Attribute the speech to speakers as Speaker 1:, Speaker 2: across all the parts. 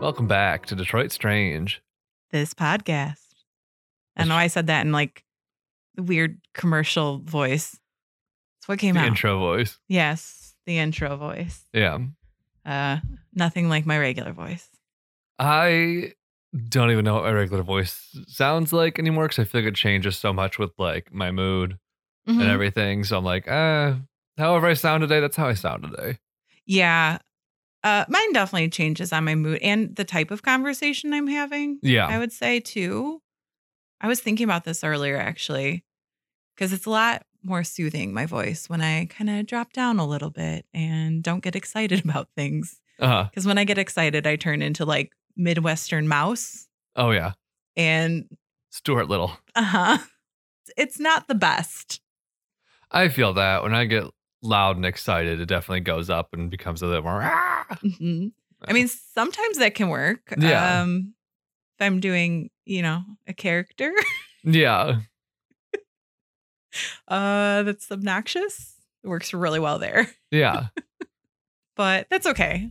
Speaker 1: Welcome back to Detroit Strange.
Speaker 2: this podcast. I don't know why I said that in like the weird commercial voice. It's what came
Speaker 1: the
Speaker 2: out.
Speaker 1: intro voice.
Speaker 2: Yes, the intro voice.
Speaker 1: Yeah.
Speaker 2: Uh, nothing like my regular voice.
Speaker 1: I don't even know what my regular voice sounds like anymore because I feel like it changes so much with like my mood and
Speaker 2: Mhm.
Speaker 1: everything. So I'm like, uh, however I sound today, that's how I sound today.
Speaker 2: yeah. Uh, mine definitely changes on my mood and the type of conversation I'm having.
Speaker 1: Yeah.
Speaker 2: I would say too. I was thinking about this earlier actually, because it's a lot more soothing my voice when I kind of drop down a little bit and don't get excited about things.
Speaker 1: uh-huh.
Speaker 2: Because when I get excited, I turn into like Midwestern mouse.
Speaker 1: Oh, yeah.
Speaker 2: And
Speaker 1: Stuart Little.
Speaker 2: uh huh, it's not the best.
Speaker 1: I feel that when I get loud and excited, it definitely goes up and becomes a little more. "Ah!"
Speaker 2: Mhm. I mean, sometimes that can work.
Speaker 1: Yeah.
Speaker 2: Um, if I'm doing, you know, a character
Speaker 1: Yeah.
Speaker 2: uh, that's obnoxious, it works really well there.
Speaker 1: Yeah.
Speaker 2: But that's okay.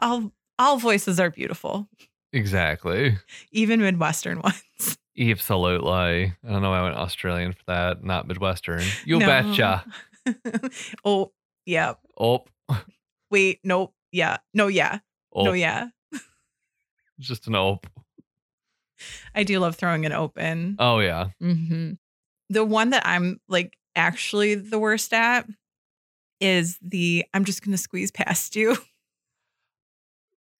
Speaker 2: All all voices are beautiful,
Speaker 1: exactly.
Speaker 2: even Midwestern ones.
Speaker 1: Absolutely. I don't know why I went Australian for that, not Midwestern. You
Speaker 2: No.
Speaker 1: betcha.
Speaker 2: oh yeah.
Speaker 1: Oh,
Speaker 2: Wait. Nope. Yeah. No. Yeah.
Speaker 1: oh.
Speaker 2: No. Yeah.
Speaker 1: Just an oh.
Speaker 2: I do love throwing it open.
Speaker 1: Oh, yeah.
Speaker 2: Mm-hmm. The one that I'm like actually the worst at is the I'm just going to squeeze past you.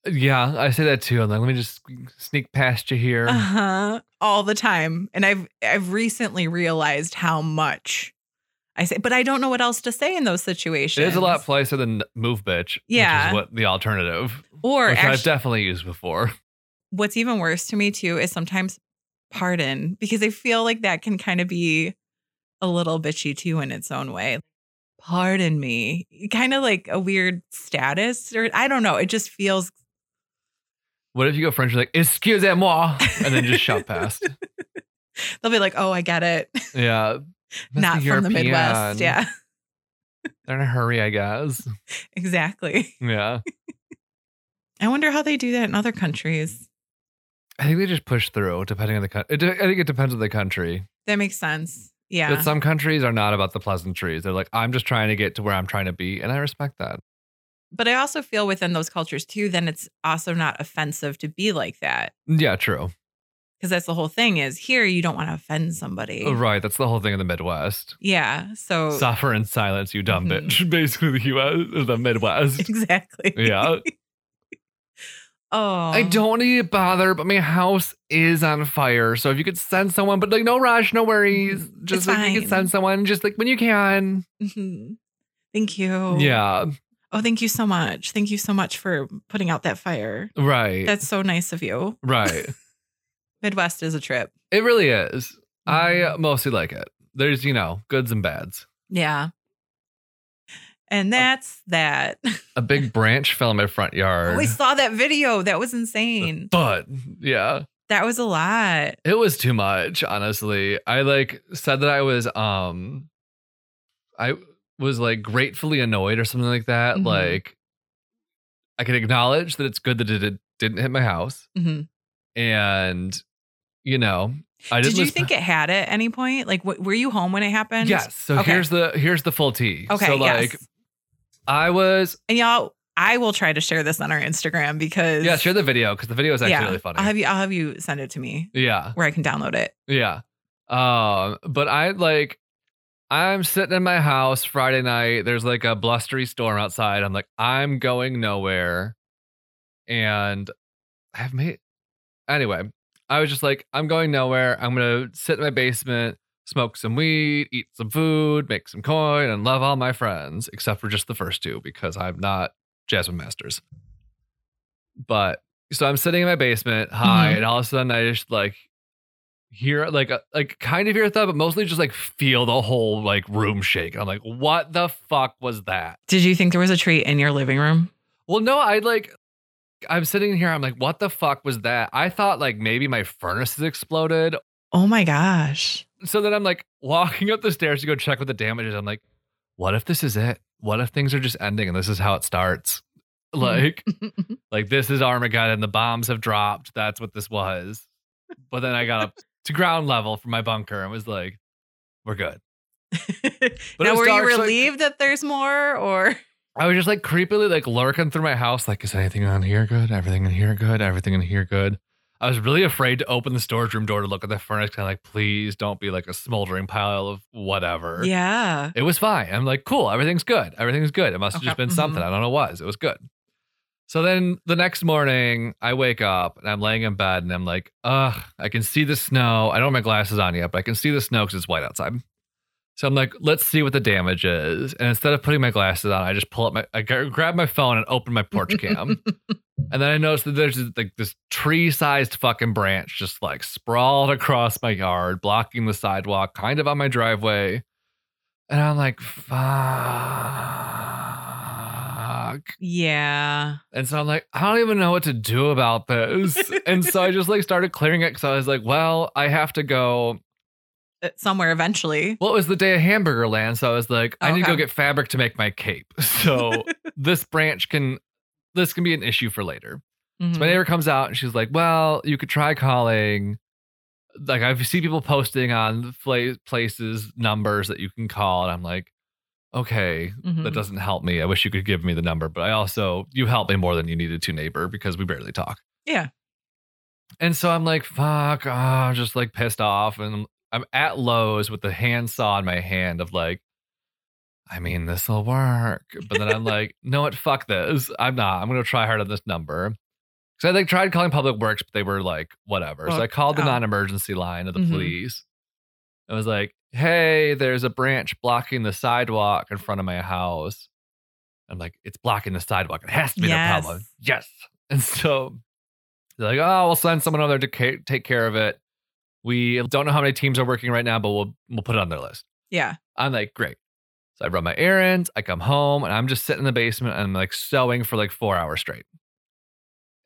Speaker 1: Yeah. I say that too. I'm like, let me just sneak past you here.
Speaker 2: Uh-huh. All the time. And I've I've recently realized how much I say, but I don't know what else to say in those
Speaker 1: It
Speaker 2: situations.
Speaker 1: is a lot nicer than move, bitch. Which
Speaker 2: Yeah.
Speaker 1: is what the alternative,
Speaker 2: Or
Speaker 1: which I've
Speaker 2: actually,
Speaker 1: definitely used before.
Speaker 2: what's even worse to me too is sometimes pardon because I feel like that can kind of be a little bitchy too in its own way. Pardon me. Kind of like a weird status or I don't know. It just feels
Speaker 1: What if you go French, you're like, excuse moi, and then just shout past?
Speaker 2: they'll be like, "Oh, I get it."
Speaker 1: Yeah. Must be
Speaker 2: Not from the
Speaker 1: European.
Speaker 2: Midwest. Yeah.
Speaker 1: They're in a hurry, I guess.
Speaker 2: Exactly.
Speaker 1: Yeah.
Speaker 2: I wonder how they do that in other countries.
Speaker 1: I think they just push through depending on the country. I think it depends on the country.
Speaker 2: That makes sense.
Speaker 1: But
Speaker 2: Yeah.
Speaker 1: some countries are not about the pleasantries. They're like, I'm just trying to get to where I'm trying to be. And I respect that.
Speaker 2: But I also feel within those cultures too, then it's also not offensive to be like that.
Speaker 1: Yeah, true.
Speaker 2: Because that's the whole thing is here you don't want to offend somebody.
Speaker 1: Oh, Right. That's the whole thing in the Midwest.
Speaker 2: Yeah. So
Speaker 1: Suffer in silence, you dumb
Speaker 2: Mhm.
Speaker 1: bitch. Basically, the US is the Midwest.
Speaker 2: exactly.
Speaker 1: Yeah.
Speaker 2: Oh.
Speaker 1: I don't want to get bothered, but my house is on fire. So if you could send someone, but like, no rush, no worries. Just like, you
Speaker 2: Mm, fine.
Speaker 1: could send someone, just like when you can.
Speaker 2: Mhm. Thank you.
Speaker 1: Yeah.
Speaker 2: Oh, thank you so much. Thank you so much for putting out that fire.
Speaker 1: Right.
Speaker 2: That's so nice of you.
Speaker 1: right.
Speaker 2: Midwest is a trip.
Speaker 1: It really is. I
Speaker 2: Mm-hmm.
Speaker 1: mostly like it. There's, you know, goods and bads.
Speaker 2: Yeah. And that's that. Oh,
Speaker 1: A big branch fell in my front yard.
Speaker 2: we saw that video. That was insane.
Speaker 1: But yeah,
Speaker 2: That was a lot.
Speaker 1: it was too much, honestly. I like said that I was um I was like gratefully annoyed or something like that.
Speaker 2: Mhm.
Speaker 1: Like I can acknowledge that it's good that it didn't hit my house
Speaker 2: Mhm.
Speaker 1: and you know, I didn't
Speaker 2: Did you
Speaker 1: lose-
Speaker 2: think it had at any point? Like, w- were you home when it happened?
Speaker 1: Yes. So
Speaker 2: Okay.
Speaker 1: here's the here's the full tea.
Speaker 2: Okay.
Speaker 1: So like
Speaker 2: yes.
Speaker 1: I was
Speaker 2: And y'all, I will try to share this on our Instagram because
Speaker 1: yeah, share the video because the video is actually
Speaker 2: yeah.
Speaker 1: really funny.
Speaker 2: I'll have you. I'll have you send it to me
Speaker 1: yeah,
Speaker 2: where I can download it.
Speaker 1: yeah. Um, but I like I'm sitting in my house Friday night. There's like a blustery storm outside. I'm like, I'm going nowhere. And I've made anyway, I was just like, I'm going nowhere. I'm gonna sit in my basement, smoke some weed, eat some food, make some coin, and love all my friends, except for just the first two, because I'm not Jasmine Masters. But so I'm sitting in my basement, high,
Speaker 2: Mhm.
Speaker 1: and all of a sudden I just like hear like a, like kind of hear a thud, but mostly just like feel the whole like room shake. I'm like, what the fuck was that?
Speaker 2: Did you think there was a tree in your living room?
Speaker 1: Well, no, I like I'm sitting here, I'm like, what the fuck was that? I thought like maybe my furnace has exploded.
Speaker 2: Oh my gosh!
Speaker 1: So then I'm like walking up the stairs to go check what the damage is. I'm like, what if this is it? What if things are just ending and this is how it starts? Like, like this is Armageddon. The bombs have dropped. That's what this was. But then I got up to ground level from my bunker and was like, we're good. But it
Speaker 2: now,
Speaker 1: was
Speaker 2: were you
Speaker 1: dark, so I-
Speaker 2: relieved that there's more, or
Speaker 1: I was just like creepily like lurking through my house, like, is anything on here good? Everything in here good? Everything in here good? I was really afraid to open the storage room door to look at the furnace, kind of like, please don't be like a smoldering pile of whatever.
Speaker 2: yeah?
Speaker 1: It was fine. I'm like, cool, everything's good. Everything's good. It must have
Speaker 2: Okay.
Speaker 1: just been
Speaker 2: Mhm.
Speaker 1: something. I don't know what it was. It was good. So then the next morning, I wake up and I'm laying in bed and I'm like, ugh, I can see the snow. I don't have my glasses on yet, but I can see the snow because it's white outside. So I'm like, let's see what the damage is. And instead of putting my glasses on, I just pull up my, I gra- grab my phone and open my porch cam. and then I noticed that there's like this tree sized fucking branch just like sprawled across my yard, blocking the sidewalk, kind of on my driveway. And I'm like, fuck.
Speaker 2: yeah.
Speaker 1: And so I'm like, I don't even know what to do about this. and so I just like started clearing it because I was like, well, I have to go.
Speaker 2: Uh, Somewhere eventually.
Speaker 1: Well, it was the day of hamburger land. So I was like, I need to
Speaker 2: Okay.
Speaker 1: go get fabric to make my cape. So this branch can, this can be an issue for later. So my
Speaker 2: Mhm.
Speaker 1: neighbor comes out and she's like, "Well, you could try calling. Like I've seen people posting on fla- places numbers that you can call, and I'm like, okay,
Speaker 2: Mhm.
Speaker 1: that doesn't help me. I wish you could give me the number, but I also you helped me more than you needed to, neighbor, because we barely talk.
Speaker 2: Yeah.
Speaker 1: And so I'm like, fuck, ah, I'm just like pissed off, and I'm at Lowe's with the handsaw in my hand of like. I mean, this will work. But then I'm like, no, it fuck this. I'm not. I'm going to try hard on this number. Because I like tried calling Public Works, but they were like, whatever. so
Speaker 2: Well,
Speaker 1: I called the
Speaker 2: oh.
Speaker 1: non-emergency line of the
Speaker 2: Mhm.
Speaker 1: police. I was like, hey, there's a branch blocking the sidewalk in front of my house. I'm like, it's blocking the sidewalk. It has to be the
Speaker 2: Yes.
Speaker 1: problem. Yes. And so they're like, oh, we'll send someone over there to ca- take care of it. We don't know how many teams are working right now, but we'll we'll put it on their list.
Speaker 2: Yeah.
Speaker 1: I'm like, great. So I run my errands, I come home, and I'm just sitting in the basement and I'm like sewing for like four hours straight.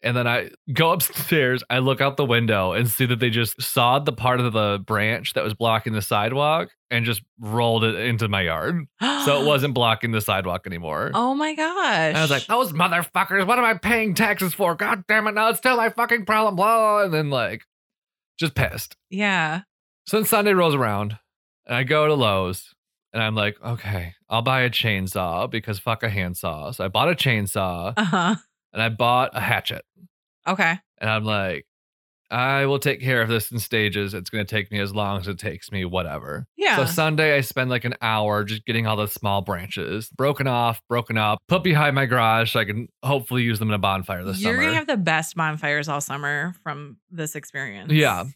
Speaker 1: And then I go upstairs, I look out the window and see that they just sawed the part of the branch that was blocking the sidewalk and just rolled it into my yard. So it wasn't blocking the sidewalk anymore.
Speaker 2: Oh my gosh.
Speaker 1: And I was like, "Oh." those motherfuckers, what am I paying taxes for? God damn it, now it's still my fucking problem. Blah. And then like just pissed.
Speaker 2: yeah.
Speaker 1: So then Sunday rolls around, and I go to Lowe's, and I'm like, okay, I'll buy a chainsaw because fuck a handsaw. So I bought a chainsaw
Speaker 2: Uh huh.
Speaker 1: and I bought a hatchet,
Speaker 2: Okay.
Speaker 1: and I'm like, I will take care of this in stages. It's going to take me as long as it takes me, whatever.
Speaker 2: Yeah.
Speaker 1: So Sunday, I spend like an hour just getting all the small branches broken off, broken up, put behind my garage so I can hopefully use them in a bonfire this
Speaker 2: You're
Speaker 1: summer.
Speaker 2: gonna have the best bonfires all summer from this experience.
Speaker 1: Yeah.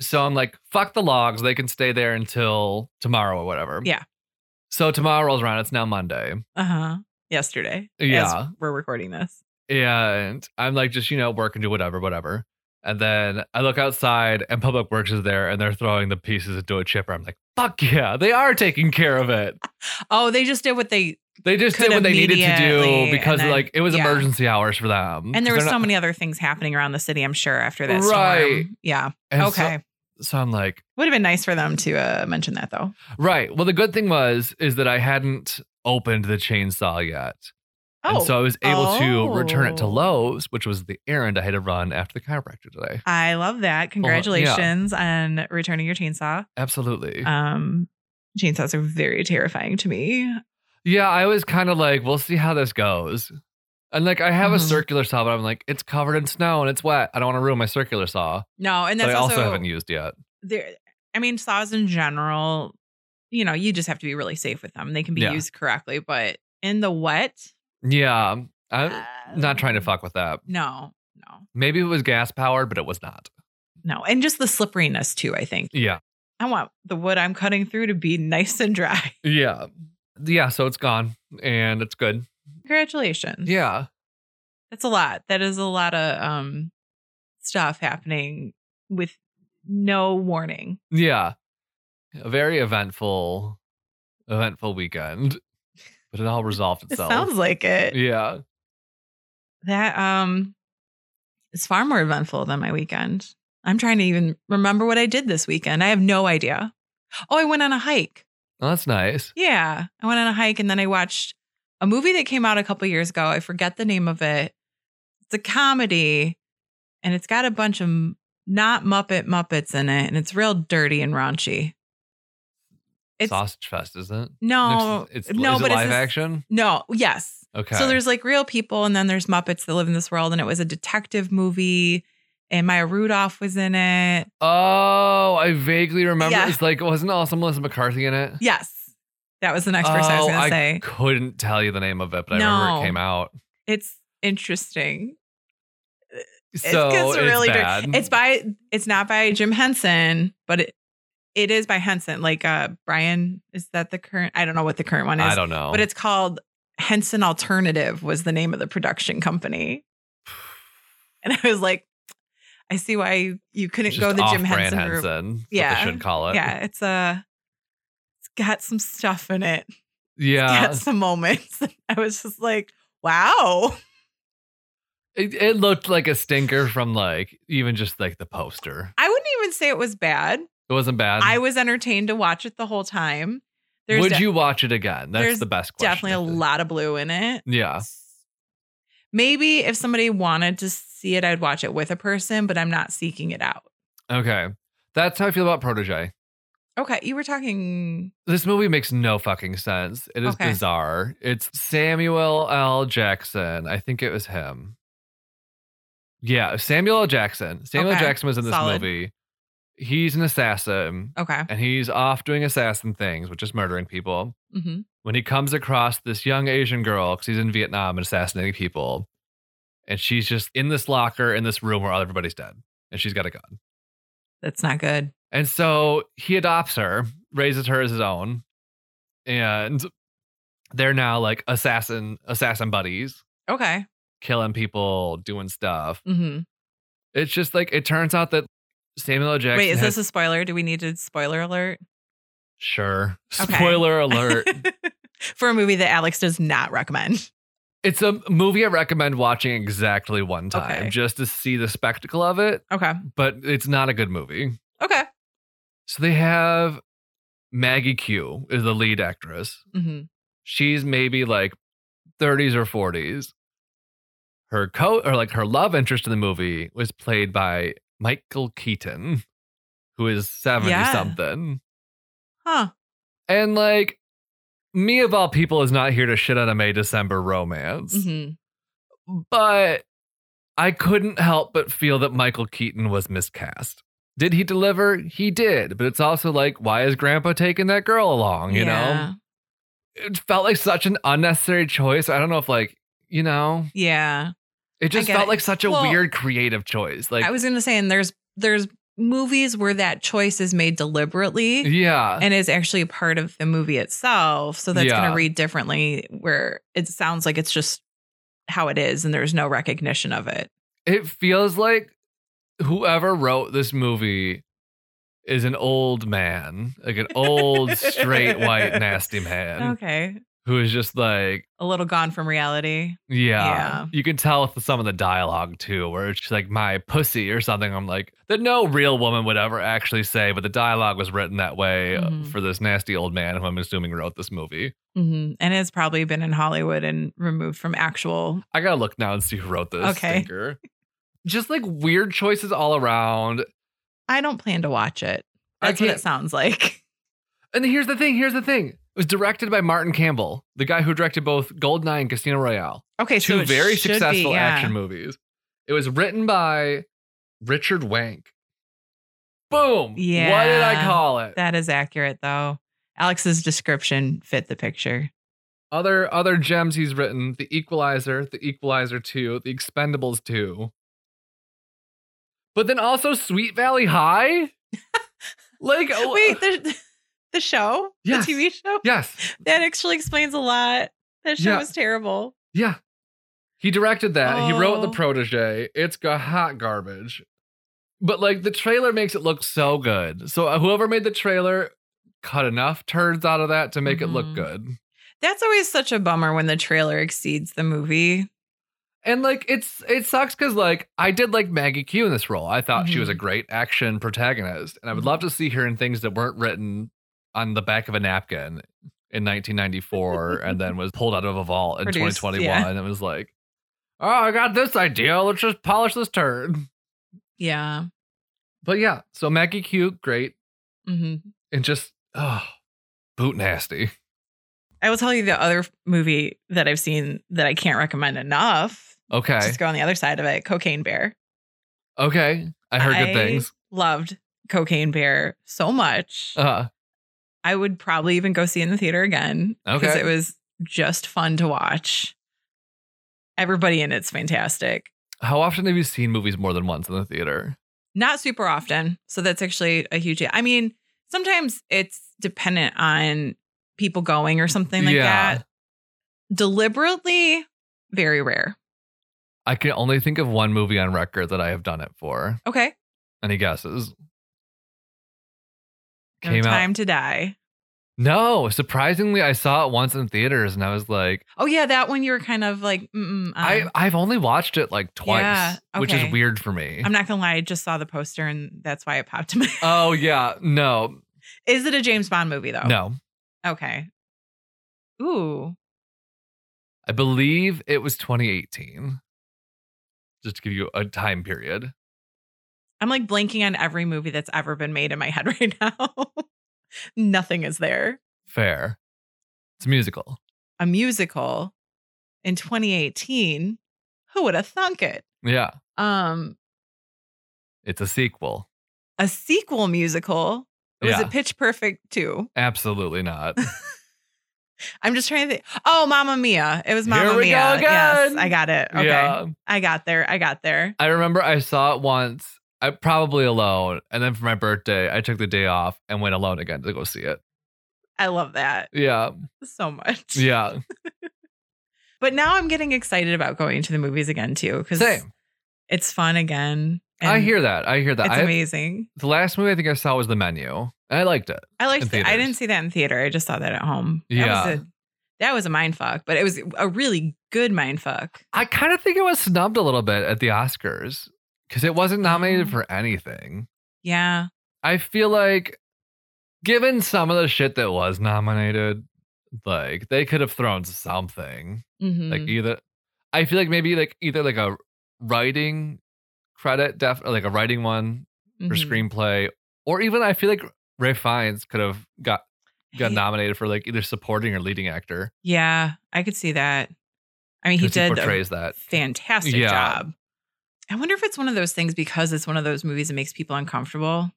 Speaker 1: So I'm like, fuck the logs. They can stay there until tomorrow or whatever.
Speaker 2: Yeah.
Speaker 1: So tomorrow rolls around. It's now Monday.
Speaker 2: Uh huh. Yesterday. as
Speaker 1: Yeah.
Speaker 2: we're recording this.
Speaker 1: And I'm like, just, you know, work and do whatever, whatever. And then I look outside and Public Works is there and they're throwing the pieces into a chipper. I'm like, fuck yeah, they are taking care of it.
Speaker 2: Oh, they just did what they
Speaker 1: They just
Speaker 2: Could
Speaker 1: did what they needed to do
Speaker 2: immediately,
Speaker 1: because
Speaker 2: and then-
Speaker 1: like it was
Speaker 2: yeah.
Speaker 1: emergency hours for them.
Speaker 2: and there
Speaker 1: 'Cause
Speaker 2: were
Speaker 1: they're
Speaker 2: so
Speaker 1: not-
Speaker 2: many other things happening around the city. I'm sure after that.
Speaker 1: Right.
Speaker 2: Storm. Yeah.
Speaker 1: and so-
Speaker 2: okay.
Speaker 1: so I'm like,
Speaker 2: Would have been nice for them to uh, mention that though.
Speaker 1: right. Well, the good thing was is that I hadn't opened the chainsaw yet.
Speaker 2: Oh,
Speaker 1: And so I was able to return it to
Speaker 2: Oh.
Speaker 1: Lowe's, which was the errand I had to run after the chiropractor today.
Speaker 2: I love that.
Speaker 1: Oh, yeah.
Speaker 2: Congratulations on returning your chainsaw.
Speaker 1: Absolutely.
Speaker 2: Um, chainsaws are very terrifying to me.
Speaker 1: yeah, I was kind of like, we'll see how this goes. And like, I have a
Speaker 2: Mhm.
Speaker 1: circular saw, but I'm like, it's covered in snow and it's wet. I don't want to ruin my circular saw
Speaker 2: No, and
Speaker 1: that
Speaker 2: that's
Speaker 1: I also,
Speaker 2: also
Speaker 1: haven't used yet.
Speaker 2: there i mean saws in general you know you just have to be really safe with them they can be
Speaker 1: Yeah.
Speaker 2: used correctly but in the wet
Speaker 1: Yeah, I'm not trying to
Speaker 2: uh,
Speaker 1: fuck with that.
Speaker 2: no no
Speaker 1: Maybe it was gas powered, but it was not.
Speaker 2: no and just the slipperiness too i think
Speaker 1: Yeah,
Speaker 2: i want the wood i'm cutting through to be nice and dry
Speaker 1: yeah, yeah. So it's gone and it's good.
Speaker 2: congratulations
Speaker 1: Yeah,
Speaker 2: that's a lot that is a lot of um stuff happening with no warning
Speaker 1: Yeah. A very eventful, eventful weekend, but it all resolved
Speaker 2: it
Speaker 1: itself.
Speaker 2: sounds like it
Speaker 1: yeah.
Speaker 2: That um is far more eventful than my weekend. I'm trying to even remember what I did this weekend. I have no idea. Oh, I went on a hike.
Speaker 1: Well, that's nice.
Speaker 2: Yeah. I went on a hike and then I watched a a movie that came out a couple years ago. I forget the name of it. It's a comedy and it's got a bunch of m- not Muppet Muppets in it and it's real dirty and raunchy. It's
Speaker 1: Sausage Fest, isn't it?
Speaker 2: no,
Speaker 1: it's, it's,
Speaker 2: no,
Speaker 1: is it
Speaker 2: but
Speaker 1: live
Speaker 2: it's this-
Speaker 1: action.
Speaker 2: no, yes.
Speaker 1: Okay.
Speaker 2: So there's like real people, and then there's Muppets that live in this world, and it was a detective movie, and Maya Rudolph was in it.
Speaker 1: oh, I vaguely remember.
Speaker 2: Yeah.
Speaker 1: It's like wasn't also Melissa McCarthy in it?
Speaker 2: Yes, that was the next person I was
Speaker 1: Oh,
Speaker 2: gonna say.
Speaker 1: couldn't tell you the name of it, but I remember
Speaker 2: No.
Speaker 1: it came out.
Speaker 2: It's interesting.
Speaker 1: So
Speaker 2: gets
Speaker 1: it's,
Speaker 2: really dirty.
Speaker 1: bad.
Speaker 2: It's by it's not by Jim Henson, but it it is by Henson. Like uh Brian, is that the current? I don't know what the current one is,
Speaker 1: I don't know.
Speaker 2: but it's called Henson Alternative. Was the name of the production company, and I was like, I see why you, you couldn't
Speaker 1: Just
Speaker 2: go the Jim
Speaker 1: off-brand
Speaker 2: Henson route.
Speaker 1: Henson, is what
Speaker 2: Yeah.
Speaker 1: they should call it.
Speaker 2: yeah, it's a it's got some stuff in it.
Speaker 1: yeah.
Speaker 2: got some moments. I was just like, wow.
Speaker 1: It, it looked like a stinker from like even just like the poster.
Speaker 2: I wouldn't even say it was bad.
Speaker 1: It wasn't bad.
Speaker 2: I was entertained to watch it the whole time. There's
Speaker 1: Would
Speaker 2: de-
Speaker 1: you watch it again?
Speaker 2: there's
Speaker 1: That's the best question.
Speaker 2: definitely a lot of blue in it.
Speaker 1: Yeah.
Speaker 2: Maybe if somebody wanted to see it, I'd watch it with a person, but I'm not seeking it out.
Speaker 1: Okay. That's how I feel about Protege.
Speaker 2: Okay, you were talking.
Speaker 1: This movie makes no fucking sense. It is
Speaker 2: Okay.
Speaker 1: bizarre. It's Samuel L. Jackson. I think it was him. Yeah, Samuel L. Jackson. Samuel L.
Speaker 2: Okay.
Speaker 1: Jackson was in this
Speaker 2: Solid.
Speaker 1: movie. He's an assassin
Speaker 2: Okay.
Speaker 1: and he's off doing assassin things, which is murdering people.
Speaker 2: hmm
Speaker 1: When he comes across this young Asian girl, because he's in Vietnam and assassinating people, and she's just in this locker in this room where everybody's dead and she's got a gun.
Speaker 2: That's not good.
Speaker 1: And so he adopts her, raises her as his own, and they're now like assassin assassin buddies,
Speaker 2: Okay.
Speaker 1: killing people, doing stuff.
Speaker 2: hmm
Speaker 1: It's just like it turns out that Samuel L. Jackson.
Speaker 2: Wait, is
Speaker 1: has-
Speaker 2: this a spoiler? Do we need to spoiler alert?
Speaker 1: sure?
Speaker 2: Okay.
Speaker 1: Spoiler alert!
Speaker 2: For a movie that Alex does not recommend.
Speaker 1: it's a movie I recommend watching exactly one time,
Speaker 2: Okay.
Speaker 1: just to see the spectacle of it.
Speaker 2: Okay.
Speaker 1: But it's not a good movie.
Speaker 2: Okay.
Speaker 1: So they have Maggie Q is the lead actress.
Speaker 2: hmm
Speaker 1: she's maybe like 30s or 40s. Her co or like her love interest in the movie was played by Michael Keaton, who is 70
Speaker 2: Yeah.
Speaker 1: something.
Speaker 2: Huh.
Speaker 1: And like me of all people is not here to shit on a May December romance,
Speaker 2: hmm
Speaker 1: but I couldn't help but feel that Michael Keaton was miscast. Did he deliver? He did, but it's also like, why is Grandpa taking that girl along? You know,
Speaker 2: yeah.
Speaker 1: it felt like such an unnecessary choice. I don't know if like you know,
Speaker 2: Yeah.
Speaker 1: it just
Speaker 2: get
Speaker 1: felt
Speaker 2: it.
Speaker 1: like such a
Speaker 2: Well,
Speaker 1: weird creative choice. Like
Speaker 2: I was gonna say, and there's there's movies where that choice is made deliberately
Speaker 1: yeah,
Speaker 2: and is actually a part of the movie itself. So that's
Speaker 1: Yeah.
Speaker 2: gonna read differently where it sounds like it's just how it is and there's no recognition of it.
Speaker 1: it feels like whoever wrote this movie is an old man, like an old straight white nasty man
Speaker 2: Okay.
Speaker 1: who is just like
Speaker 2: A little gone from reality.
Speaker 1: yeah.
Speaker 2: Yeah.
Speaker 1: You can tell with some of the dialogue too, where it's just like my pussy or something. I'm like that no real woman would ever actually say, but the dialogue was written that way uh,
Speaker 2: Mhm.
Speaker 1: for this nasty old man who I'm assuming wrote this movie.
Speaker 2: hmm And it's probably been in Hollywood and removed from actual.
Speaker 1: I gotta look now and see who wrote this.
Speaker 2: Okay.
Speaker 1: Stinker. Just like weird choices all around.
Speaker 2: I don't plan to watch it.
Speaker 1: I
Speaker 2: That's what
Speaker 1: can't-
Speaker 2: it sounds like.
Speaker 1: And here's the thing. Here's the thing. It was directed by Martin Campbell, the guy who directed both Goldeneye and Casino Royale,
Speaker 2: Okay,
Speaker 1: two
Speaker 2: so it
Speaker 1: very
Speaker 2: should be,
Speaker 1: successful
Speaker 2: yeah.
Speaker 1: action movies. It was written by Richard Wank. Boom. What did I
Speaker 2: Yeah.
Speaker 1: call it?
Speaker 2: That is accurate, though. Alex's description fit the picture.
Speaker 1: other other gems he's written: The Equalizer, The Equalizer Two, The Expendables Two. But then also Sweet Valley High. like oh,
Speaker 2: Wait, the, the show?
Speaker 1: Yes.
Speaker 2: The TV show?
Speaker 1: Yes.
Speaker 2: That actually explains a lot. That show
Speaker 1: Yeah.
Speaker 2: was terrible.
Speaker 1: Yeah. He directed that. He wrote The
Speaker 2: Oh.
Speaker 1: Protege. It's got hot garbage. But like the trailer makes it look so good. So uh, whoever made the trailer cut enough turds out of that to make it look
Speaker 2: Mhm.
Speaker 1: good.
Speaker 2: That's always such a bummer when the trailer exceeds the movie.
Speaker 1: And like it's it sucks because like I did like Maggie Q in this role. I thought she was
Speaker 2: Mhm.
Speaker 1: a great action protagonist, and I would
Speaker 2: Mhm.
Speaker 1: love to see her in things that weren't written on the back of a napkin in 1994 and then was pulled out of a vault in
Speaker 2: Produced,
Speaker 1: 2021 and was like, oh, I got this idea. Let's just polish this turd.
Speaker 2: Yeah.
Speaker 1: But yeah, so Maggie Q, great.
Speaker 2: hmm
Speaker 1: And just, oh, boot nasty.
Speaker 2: I will tell you the other movie that I've seen that I can't recommend enough.
Speaker 1: Okay.
Speaker 2: Just go on the other side of it. Cocaine Bear.
Speaker 1: Okay. I heard
Speaker 2: I
Speaker 1: good things.
Speaker 2: Loved Cocaine Bear so much.
Speaker 1: Uh,
Speaker 2: I would probably even go see it in the theater again because
Speaker 1: Okay.
Speaker 2: it was just fun to watch. Everybody in it's fantastic.
Speaker 1: how often have you seen movies more than once in the theater?
Speaker 2: Not super often, so that's actually a huge. I mean, sometimes it's dependent on people going or something like
Speaker 1: Yeah.
Speaker 2: that. Deliberately, very rare.
Speaker 1: I can only think of one movie on record that I have done it for.
Speaker 2: Okay,
Speaker 1: Any guesses?
Speaker 2: no
Speaker 1: Came out-
Speaker 2: time to die.
Speaker 1: No, surprisingly, I saw it once in theaters, and I was like,
Speaker 2: Oh yeah, that one you were kind of like, Mm-mm, um,
Speaker 1: I I've only watched it like twice,
Speaker 2: yeah,
Speaker 1: which is
Speaker 2: okay.
Speaker 1: weird for me.
Speaker 2: I'm not gonna lie, I just saw the poster and that's why it popped to me.
Speaker 1: oh yeah, no,
Speaker 2: Is it a James Bond movie though?
Speaker 1: no.
Speaker 2: Okay. Ooh.
Speaker 1: I believe it was 2018. Just to give you a time period.
Speaker 2: I'm like blanking on every movie that's ever been made in my head right now. Nothing is there.
Speaker 1: Fair. It's a musical.
Speaker 2: A musical in 2018. Who would have thunk it?
Speaker 1: Yeah,
Speaker 2: Um,
Speaker 1: it's a sequel.
Speaker 2: a sequel musical. Was
Speaker 1: yeah,
Speaker 2: it Pitch Perfect too?
Speaker 1: absolutely not.
Speaker 2: I'm just trying to think. Oh, Mamma Mia. It was
Speaker 1: Here
Speaker 2: Mamma
Speaker 1: we go
Speaker 2: Mia. Yes,
Speaker 1: again.
Speaker 2: I got it. Okay.
Speaker 1: Yeah.
Speaker 2: I got there. I got there.
Speaker 1: I remember I saw it once, I probably alone, and then for my birthday, I took the day off and went alone again to go see it.
Speaker 2: I love that
Speaker 1: Yeah,
Speaker 2: so much.
Speaker 1: yeah,
Speaker 2: But now I'm getting excited about going to the movies again too because
Speaker 1: same.
Speaker 2: it's fun again.
Speaker 1: I
Speaker 2: and
Speaker 1: hear that. I hear that.
Speaker 2: It's
Speaker 1: I,
Speaker 2: amazing.
Speaker 1: the last movie I think I saw was The Menu, and I liked it.
Speaker 2: I liked.
Speaker 1: in
Speaker 2: The, I
Speaker 1: theaters.
Speaker 2: didn't see that in theater. I just saw that at home. That
Speaker 1: Yeah.
Speaker 2: was a, that was a mind fuck, but it was a really good mind fuck.
Speaker 1: I kind of think it was snubbed a little bit at the Oscars because it wasn't nominated
Speaker 2: Oh.
Speaker 1: for anything.
Speaker 2: Yeah,
Speaker 1: I feel like, given some of the shit that was nominated, like they could have thrown something.
Speaker 2: hmm
Speaker 1: like either i feel like maybe like either like a writing credit def or like a writing one
Speaker 2: Mm-hmm.
Speaker 1: for screenplay or even i feel like ray fiennes could have got got nominated for like either supporting or leading actor
Speaker 2: Yeah, I could see that. I mean, he
Speaker 1: 'cause
Speaker 2: did
Speaker 1: portrays that
Speaker 2: a fantastic
Speaker 1: Yeah.
Speaker 2: job. I wonder if it's one of those things because it's one of those movies that makes people uncomfortable.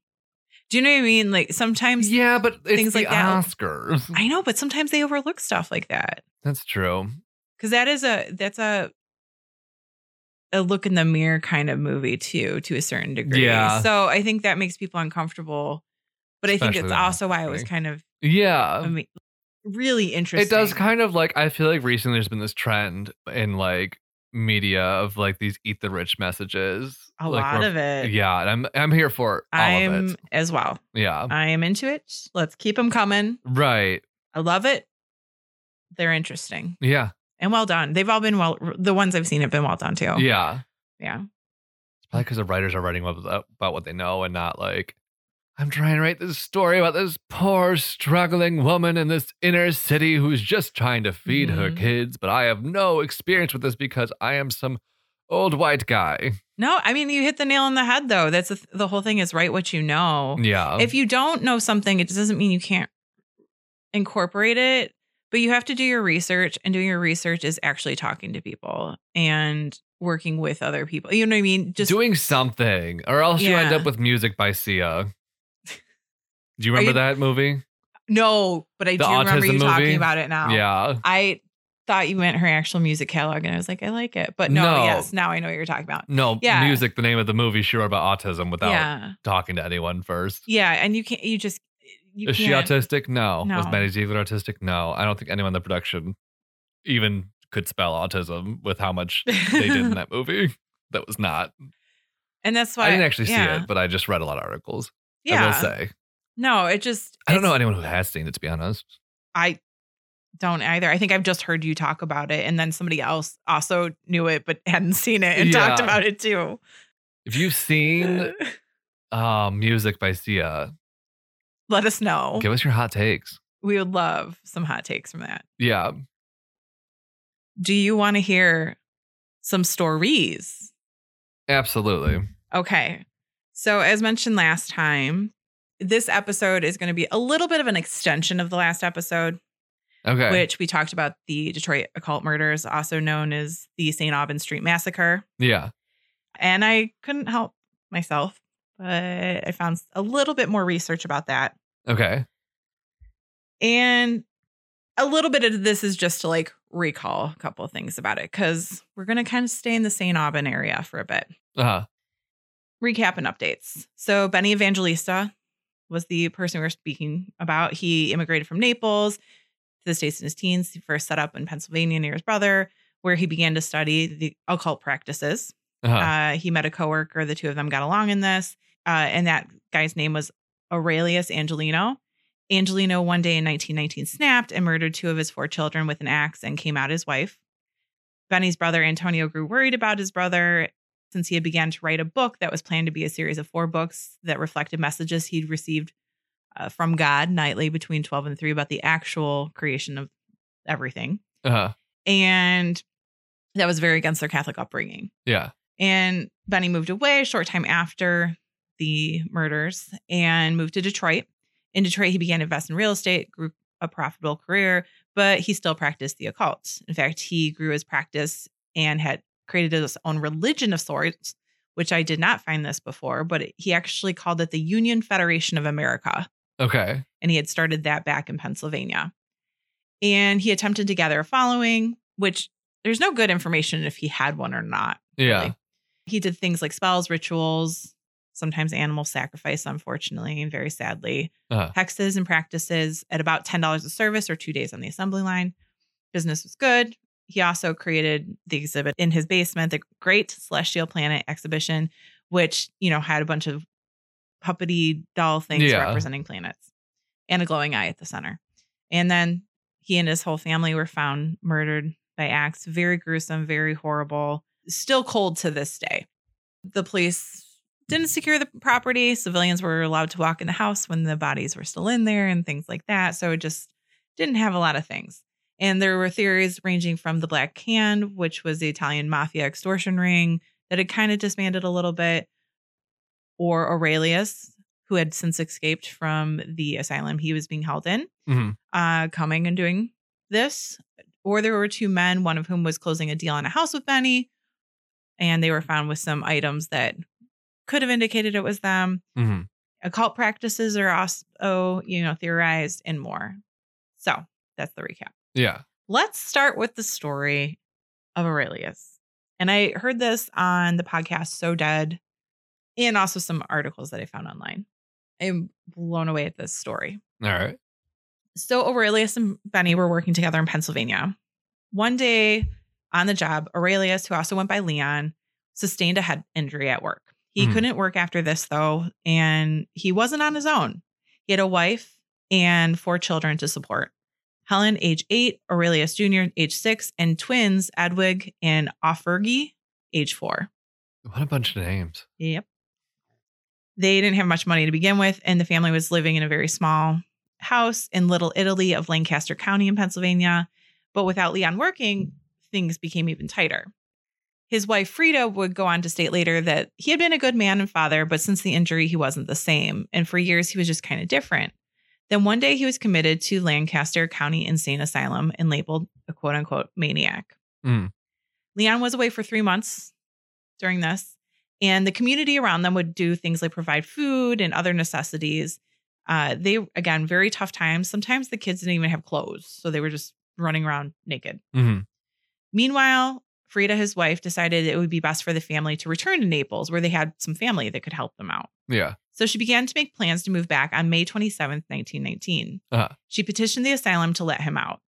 Speaker 2: Do you know what I mean? Like sometimes,
Speaker 1: yeah but it's
Speaker 2: things
Speaker 1: the
Speaker 2: like that.
Speaker 1: oscars
Speaker 2: I know, but sometimes they overlook stuff like that.
Speaker 1: that's true
Speaker 2: because that is a that's a a look in the mirror kind of movie too to a certain degree
Speaker 1: Yeah.
Speaker 2: so i think that makes people uncomfortable but i think
Speaker 1: Especially
Speaker 2: it's
Speaker 1: that
Speaker 2: also why it was
Speaker 1: thing.
Speaker 2: kind of I
Speaker 1: yeah
Speaker 2: mean, really interesting
Speaker 1: it does kind of like i feel like recently there's been this trend in like media of like these eat the rich messages
Speaker 2: a
Speaker 1: like,
Speaker 2: lot
Speaker 1: where-
Speaker 2: of it
Speaker 1: yeah and i'm i'm here for all
Speaker 2: i'm
Speaker 1: of it
Speaker 2: as well
Speaker 1: yeah
Speaker 2: i am into it let's keep them coming
Speaker 1: right
Speaker 2: i love it they're interesting
Speaker 1: Yeah.
Speaker 2: and well done they've all been well the ones i've seen have been well done too
Speaker 1: Yeah.
Speaker 2: yeah
Speaker 1: It's probably because the writers are writing what- about what they know and not like, I'm trying to write this story about this poor, struggling woman in this inner city who's just trying to feed her
Speaker 2: Mhm.
Speaker 1: kids, but I have no experience with this because I am some old white guy.
Speaker 2: no i mean you hit the nail on the head though that's the, th- the whole thing is write what you know
Speaker 1: Yeah.
Speaker 2: if you don't know something, it doesn't mean you can't incorporate it, but you have to do your research. And doing your research is actually talking to people and working with other people. You know what I mean? Just
Speaker 1: Doing something, or else you end
Speaker 2: Yeah.
Speaker 1: up with music by Sia. Do you
Speaker 2: Are
Speaker 1: remember
Speaker 2: you-
Speaker 1: that movie?
Speaker 2: no, but I
Speaker 1: The
Speaker 2: do remember you
Speaker 1: autism movie?
Speaker 2: talking about it now.
Speaker 1: Yeah.
Speaker 2: I thought you meant her actual music catalog, and I was like, I like it. But no,
Speaker 1: No.
Speaker 2: yes, now I know what you're talking about.
Speaker 1: No,
Speaker 2: Yeah.
Speaker 1: music, the name of the movie, she wrote about autism without
Speaker 2: Yeah,
Speaker 1: talking to anyone first.
Speaker 2: yeah, and you can't. You just you
Speaker 1: Is she
Speaker 2: can't.
Speaker 1: autistic? No. Was
Speaker 2: No.
Speaker 1: Maddie Ziegler autistic? No. I don't think anyone in the production even could spell autism with how much they did in that movie. That was not.
Speaker 2: and that's why
Speaker 1: I didn't actually
Speaker 2: yeah,
Speaker 1: see it, but I just read a lot of articles.
Speaker 2: Yeah,
Speaker 1: I will say.
Speaker 2: no, it just
Speaker 1: I don't
Speaker 2: it's-
Speaker 1: know anyone who has seen it, to be honest.
Speaker 2: I don't either. I think I've just heard you talk about it, and then somebody else also knew it but hadn't seen it and talked
Speaker 1: Yeah.
Speaker 2: about it too.
Speaker 1: If you've seen uh, music by Sia,
Speaker 2: Let us know. Oh.
Speaker 1: give us your hot takes.
Speaker 2: We would love some hot takes from that.
Speaker 1: Yeah.
Speaker 2: Do you want to hear some stories?
Speaker 1: Absolutely.
Speaker 2: Okay. So, as mentioned last time, this episode is going to be a little bit of an extension of the last episode,
Speaker 1: Okay.
Speaker 2: which we talked about the Detroit occult murders, also known as the St. Aubin Street Massacre.
Speaker 1: Yeah.
Speaker 2: And I couldn't help myself, but I found a little bit more research about that.
Speaker 1: Okay.
Speaker 2: And a little bit of this is just to like recall a couple of things about it because we're going to kind of stay in the St. Aubin area for a bit.
Speaker 1: Uh huh.
Speaker 2: Recap and updates. So, Benny Evangelista was the person we were speaking about. He immigrated from Naples to the States in his teens. He first set up in Pennsylvania near his brother, where he began to study the occult practices.
Speaker 1: Uh-huh.
Speaker 2: Uh, he met a coworker. The two of them got along in this. Uh, and that guy's name was Aurelius Angelino. Angelino, one day in 1919, snapped and murdered two of his four children with an axe and came out his wife. Benny's brother, Antonio, grew worried about his brother since he had began to write a book that was planned to be a series of four books that reflected messages he'd received uh, from God nightly between 12 and 3 about the actual creation of everything.
Speaker 1: uh-huh.
Speaker 2: And that was very against their Catholic upbringing.
Speaker 1: Yeah.
Speaker 2: And Benny moved away a short time after the murders and moved to Detroit. In Detroit, he began to invest in real estate, grew a profitable career, but he still practiced the occult. In fact, he grew his practice and had created his own religion of sorts, which I did not find this before, but he actually called it the Union Federation of America
Speaker 1: Okay.
Speaker 2: and he had started that back in Pennsylvania. And he attempted to gather a following, which there's no good information if he had one or not.
Speaker 1: Yeah.
Speaker 2: really. He did things like spells, rituals, sometimes animal sacrifice, unfortunately, and very sadly,
Speaker 1: Uh-huh.
Speaker 2: hexes and practices at about $10 a service or two days on the assembly line. Business was good. He also created the exhibit in his basement, the Great Celestial Planet exhibition, which, you know, had a bunch of puppety doll things
Speaker 1: Yeah.
Speaker 2: representing planets and a glowing eye at the center. And then he and his whole family were found murdered by axe. Very gruesome, very horrible, still cold to this day. The police didn't secure the property. Civilians were allowed to walk in the house when the bodies were still in there and things like that. So it just didn't have a lot of things. And there were theories ranging from the Black Hand, which was the Italian mafia extortion ring that had kind of disbanded a little bit, or Aurelius, who had since escaped from the asylum he was being held in
Speaker 1: Mhm.
Speaker 2: uh, coming and doing this. Or there were two men, one of whom was closing a deal on a house with Benny, and they were found with some items that could have indicated it was them.
Speaker 1: Mhm.
Speaker 2: Occult practices are also, you know, theorized and more. So that's the recap.
Speaker 1: Yeah.
Speaker 2: Let's start with the story of Aurelius. And I heard this on the podcast So Dead and also some articles that I found online. I'm blown away at this story.
Speaker 1: All right.
Speaker 2: So Aurelius and Benny were working together in Pennsylvania. One day on the job, Aurelius, who also went by Leon, sustained a head injury at work. He
Speaker 1: Hmm.
Speaker 2: couldn't work after this though, and he wasn't on his own. He had a wife and four children to support. Helen, age eight, Aurelius Jr., age six, and twins, Edwig and Offergy, age four.
Speaker 1: What a bunch of names.
Speaker 2: Yep. They didn't have much money to begin with, and the family was living in a very small house in Little Italy of Lancaster County in Pennsylvania. But without Leon working, things became even tighter. His wife Frida would go on to state later that he had been a good man and father, but since the injury, he wasn't the same. And for years, he was just kind of different. Then one day, he was committed to Lancaster County Insane Asylum and labeled a quote unquote maniac.
Speaker 1: Mm.
Speaker 2: Leon was away for three months during this, and the community around them would do things like provide food and other necessities. Uh, they, again, very tough times. Sometimes the kids didn't even have clothes, so they were just running around naked.
Speaker 1: hmm
Speaker 2: Meanwhile, Frida, his wife, decided it would be best for the family to return to Naples, where they had some family that could help them out.
Speaker 1: Yeah.
Speaker 2: So she began to make plans to move back on May 27th, 1919.
Speaker 1: Uh-huh.
Speaker 2: She petitioned the asylum to let him out.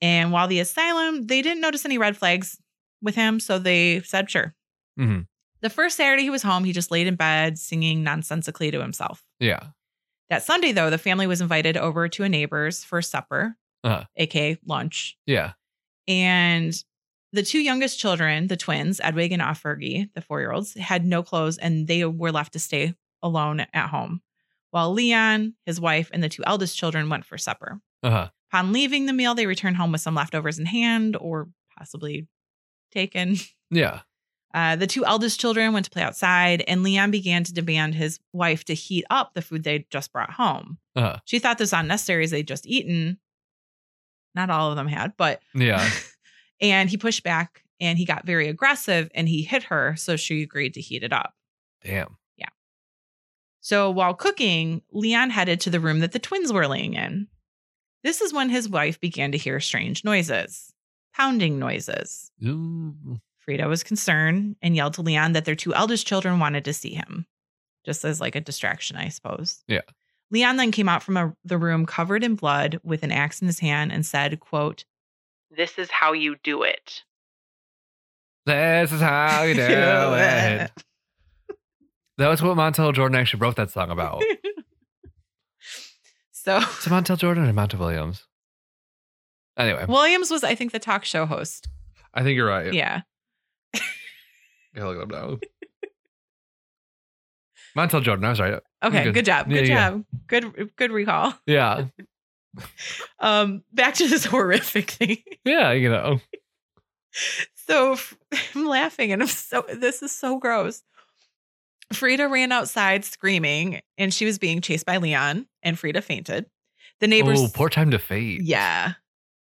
Speaker 2: And while the asylum, they didn't notice any red flags with him, so they said sure.
Speaker 1: hmm
Speaker 2: The first Saturday he was home, he just laid in bed singing nonsensically to himself.
Speaker 1: Yeah.
Speaker 2: That Sunday, though, the family was invited over to a neighbor's for supper,
Speaker 1: Uh-huh.
Speaker 2: aka lunch.
Speaker 1: Yeah.
Speaker 2: And the two youngest children, the twins, Edwig and Offergy, the four year olds, had no clothes and they were left to stay alone at home while Leon, his wife, and the two eldest children went for supper.
Speaker 1: Uh-huh.
Speaker 2: Upon leaving the meal, they returned home with some leftovers in hand or possibly taken.
Speaker 1: Yeah.
Speaker 2: Uh, the two eldest children went to play outside, and Leon began to demand his wife to heat up the food they'd just brought home.
Speaker 1: Uh-huh.
Speaker 2: She thought this unnecessary as they'd just eaten. Not all of them had, but.
Speaker 1: Yeah.
Speaker 2: and he pushed back and he got very aggressive and he hit her. So she agreed to heat it up.
Speaker 1: Damn.
Speaker 2: So while cooking, Leon headed to the room that the twins were laying in. This is when his wife began to hear strange noises, pounding noises.
Speaker 1: Ooh.
Speaker 2: Frida was concerned and yelled to Leon that their two eldest children wanted to see him, just as like a distraction, I suppose.
Speaker 1: Yeah.
Speaker 2: Leon then came out from a, the room covered in blood with an axe in his hand and said, quote, This is how you do it.
Speaker 1: This is how you do it. That was what Montel Jordan actually wrote that song about.
Speaker 2: so
Speaker 1: It's Montel Jordan and Montel Williams. Anyway,
Speaker 2: Williams was, I think, the talk show host.
Speaker 1: I think you're right.
Speaker 2: Yeah.
Speaker 1: Gotta look it up now. Montel Jordan, I was right.
Speaker 2: Okay,
Speaker 1: Good.
Speaker 2: good, job. Good
Speaker 1: Yeah, yeah.
Speaker 2: job. Good good recall.
Speaker 1: Yeah.
Speaker 2: Um back to this horrific thing.
Speaker 1: Yeah, you know.
Speaker 2: So f- I'm laughing and I'm so this is so gross. Frida ran outside screaming and she was being chased by Leon and Frida fainted. The neighbors
Speaker 1: Oh, poor time to fade.
Speaker 2: Yeah.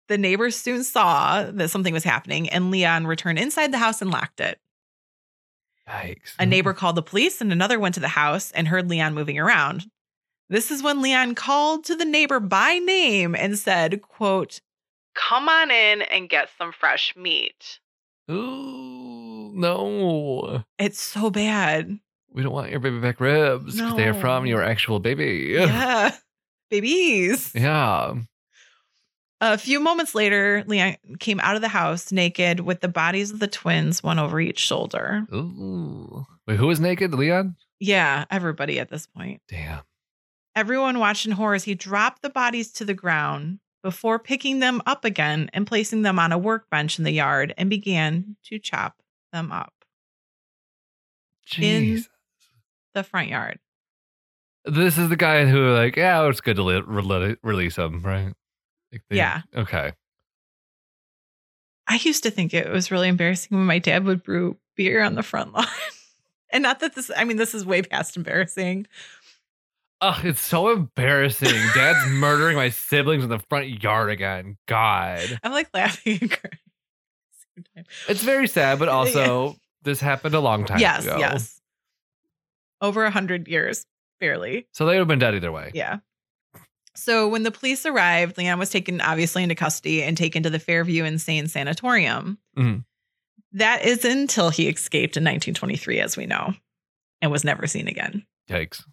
Speaker 2: The neighbors soon saw that something was happening and Leon returned inside the house and locked it.
Speaker 1: Yikes.
Speaker 2: A neighbor called the police and another went to the house and heard Leon moving around. This is when Leon called to the neighbor by name and said, quote, Come on in and get some fresh meat.
Speaker 1: Ooh, no.
Speaker 2: It's so bad.
Speaker 1: We don't want your baby back ribs. 'cause They are
Speaker 2: No.
Speaker 1: from your actual baby.
Speaker 2: Yeah. Babies.
Speaker 1: Yeah.
Speaker 2: A few moments later, Leon came out of the house naked with the bodies of the twins, one over each shoulder.
Speaker 1: Ooh. Wait, who was naked? Leon?
Speaker 2: Yeah, everybody at this point.
Speaker 1: Damn.
Speaker 2: Everyone watched in horror as he dropped the bodies to the ground before picking them up again and placing them on a workbench in the yard and began to chop them up
Speaker 1: Jeez.
Speaker 2: the front yard.
Speaker 1: This is the guy who, like, yeah, it's good to le- rele- release him, right? Like they-
Speaker 2: Yeah.
Speaker 1: Okay.
Speaker 2: I used to think it was really embarrassing when my dad would brew beer on the front lawn. and not that this, I mean, this is way past embarrassing.
Speaker 1: Ugh, it's so embarrassing. Dad's murdering my siblings in the front yard again. God.
Speaker 2: I'm like laughing and crying. at the same time.
Speaker 1: It's very sad, but also this happened a long time
Speaker 2: Yes,
Speaker 1: ago.
Speaker 2: yes. Over a hundred years, barely.
Speaker 1: So they would have been dead either way.
Speaker 2: Yeah. So when the police arrived, Leon was taken obviously into custody and taken to the Fairview Insane Sanatorium.
Speaker 1: Mhm.
Speaker 2: That is until he escaped in 1923, as we know, and was never seen again.
Speaker 1: Yikes.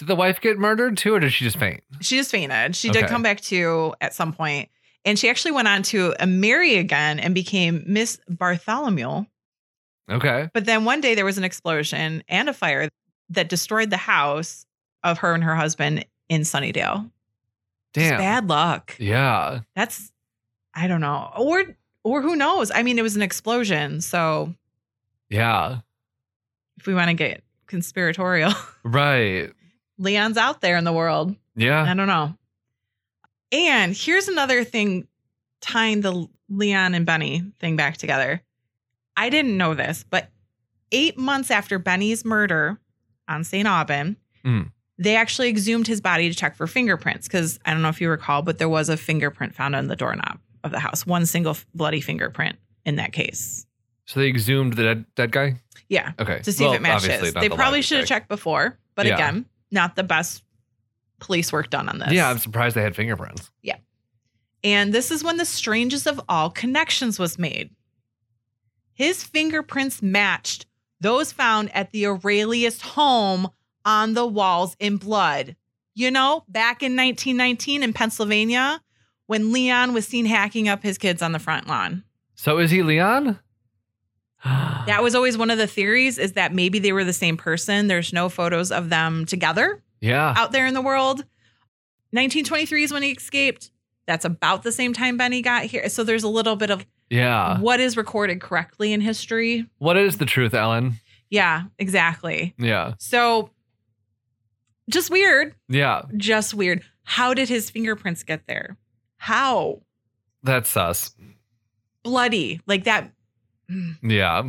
Speaker 1: Did the wife get murdered too, or did she just faint?
Speaker 2: She just fainted. She did
Speaker 1: Okay.
Speaker 2: come back to at some point, and she actually went on to uh, marry again and became Miss Bartholomew.
Speaker 1: Okay.
Speaker 2: But then one day there was an explosion and a fire that destroyed the house of her and her husband in Sunnydale. Just
Speaker 1: Damn.
Speaker 2: bad luck.
Speaker 1: Yeah.
Speaker 2: that's I don't know. Or or who knows? I mean, it was an explosion. So
Speaker 1: Yeah.
Speaker 2: if we want to get conspiratorial,
Speaker 1: Right.
Speaker 2: Leon's out there in the world.
Speaker 1: Yeah.
Speaker 2: I don't know. And here's another thing tying the Leon and Benny thing back together. I didn't know this, but eight months after Benny's murder on St. Aubin,
Speaker 1: Mm.
Speaker 2: they actually exhumed his body to check for fingerprints. Because I don't know if you recall, but there was a fingerprint found on the doorknob of the house, one single f- bloody fingerprint in that case.
Speaker 1: So they exhumed the dead, dead guy?
Speaker 2: Yeah,
Speaker 1: Okay.
Speaker 2: to see
Speaker 1: Well,
Speaker 2: if it
Speaker 1: obviously
Speaker 2: matches.
Speaker 1: not
Speaker 2: They
Speaker 1: the
Speaker 2: probably
Speaker 1: logic
Speaker 2: should have
Speaker 1: guy.
Speaker 2: checked before, but
Speaker 1: Yeah.
Speaker 2: again, not the best police work done on this.
Speaker 1: Yeah, I'm surprised they had fingerprints.
Speaker 2: And this is when the strangest of all connections was made. His fingerprints matched those found at the Aurelius home on the walls in blood. You know, back in 1919 in Pennsylvania, when Leon was seen hacking up his kids on the front lawn.
Speaker 1: So is he Leon?
Speaker 2: That was always one of the theories is that maybe they were the same person. There's no photos of them together
Speaker 1: yeah.
Speaker 2: out there in the world. 1923 is when he escaped. That's about the same time Benny got here. So there's a little bit of
Speaker 1: Yeah.
Speaker 2: what is recorded correctly in history.
Speaker 1: What is the truth, Ellen?
Speaker 2: Yeah, exactly.
Speaker 1: Yeah.
Speaker 2: So Just weird.
Speaker 1: Yeah,
Speaker 2: Just weird. How did his fingerprints get there? How?
Speaker 1: that's sus.
Speaker 2: Bloody. Like that. Mm.
Speaker 1: Yeah.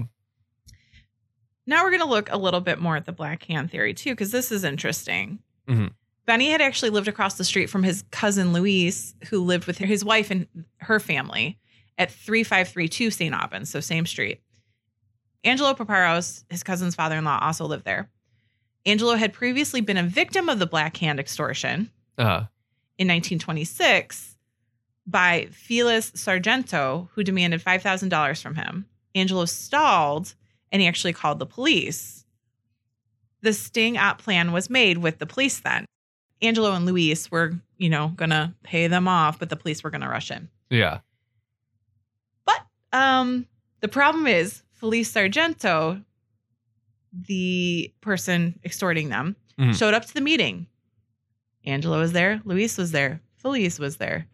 Speaker 2: Now we're going to look a little bit more at the black hand theory, too, because this is interesting.
Speaker 1: Mhm.
Speaker 2: Benny had actually lived across the street from his cousin Luis, who lived with his wife and her family at 3532 St. Aubin, so same street. Angelo Paparos, his cousin's father in law, also lived there. Angelo had previously been a victim of the Black Hand extortion
Speaker 1: Uh,
Speaker 2: in 1926 by Felis Sargento, who demanded $5,000 from him. Angelo stalled and he actually called the police. The sting op plan was made with the police then. Angelo and Luis were, you know, gonna pay them off, but the police were gonna rush in.
Speaker 1: yeah.
Speaker 2: But um, the problem is Felice Sargento, the person extorting them,
Speaker 1: Mhm.
Speaker 2: showed up to the meeting. Angela was there, Luis was there, Felice was there.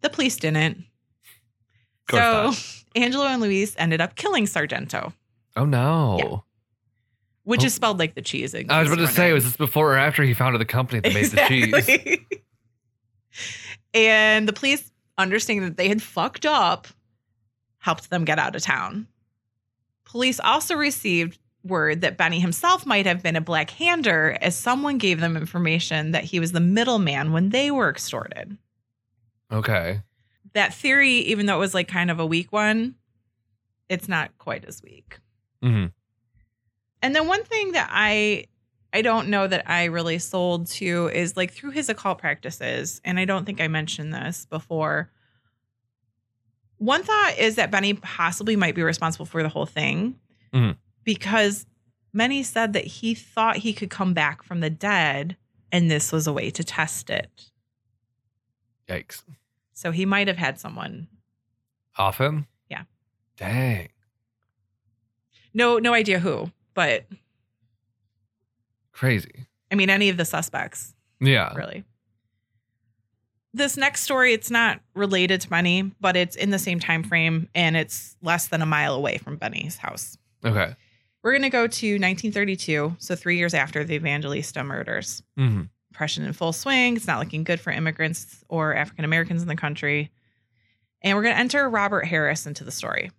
Speaker 2: The police didn't.
Speaker 1: Of course
Speaker 2: So
Speaker 1: not.
Speaker 2: Angelo and Luis ended up killing Sargento,
Speaker 1: Oh no.
Speaker 2: Yeah. which
Speaker 1: Oh.
Speaker 2: is spelled like the cheese. in
Speaker 1: I was
Speaker 2: case
Speaker 1: about to
Speaker 2: you're
Speaker 1: say, was this before or after he founded the company that made the cheese?
Speaker 2: Exactly. and the police, understanding that they had fucked up, helped them get out of town. Police also received word that Benny himself might have been a black hander, as someone gave them information that he was the middleman when they were extorted.
Speaker 1: Okay.
Speaker 2: That theory, even though it was like kind of a weak one, it's not quite as weak.
Speaker 1: hmm
Speaker 2: And then one thing that I I don't know that I really sold to is like through his occult practices, and I don't think I mentioned this before. One thought is that Benny possibly might be responsible for the whole thing
Speaker 1: Mhm.
Speaker 2: because many said that he thought he could come back from the dead, and this was a way to test it.
Speaker 1: Yikes.
Speaker 2: So he might have had someone.
Speaker 1: Off him?
Speaker 2: Yeah.
Speaker 1: Dang.
Speaker 2: No, no idea who, but
Speaker 1: Crazy.
Speaker 2: I mean any of the suspects.
Speaker 1: Yeah.
Speaker 2: really. This next story, it's not related to Bunny, but it's in the same time frame and it's less than a mile away from Bunny's house.
Speaker 1: Okay.
Speaker 2: We're going to go to 1932, so 3 years after the Evangelista murders.
Speaker 1: hmm
Speaker 2: Depression in full swing, it's not looking good for immigrants or African Americans in the country. And we're going to enter Robert Harris into the story.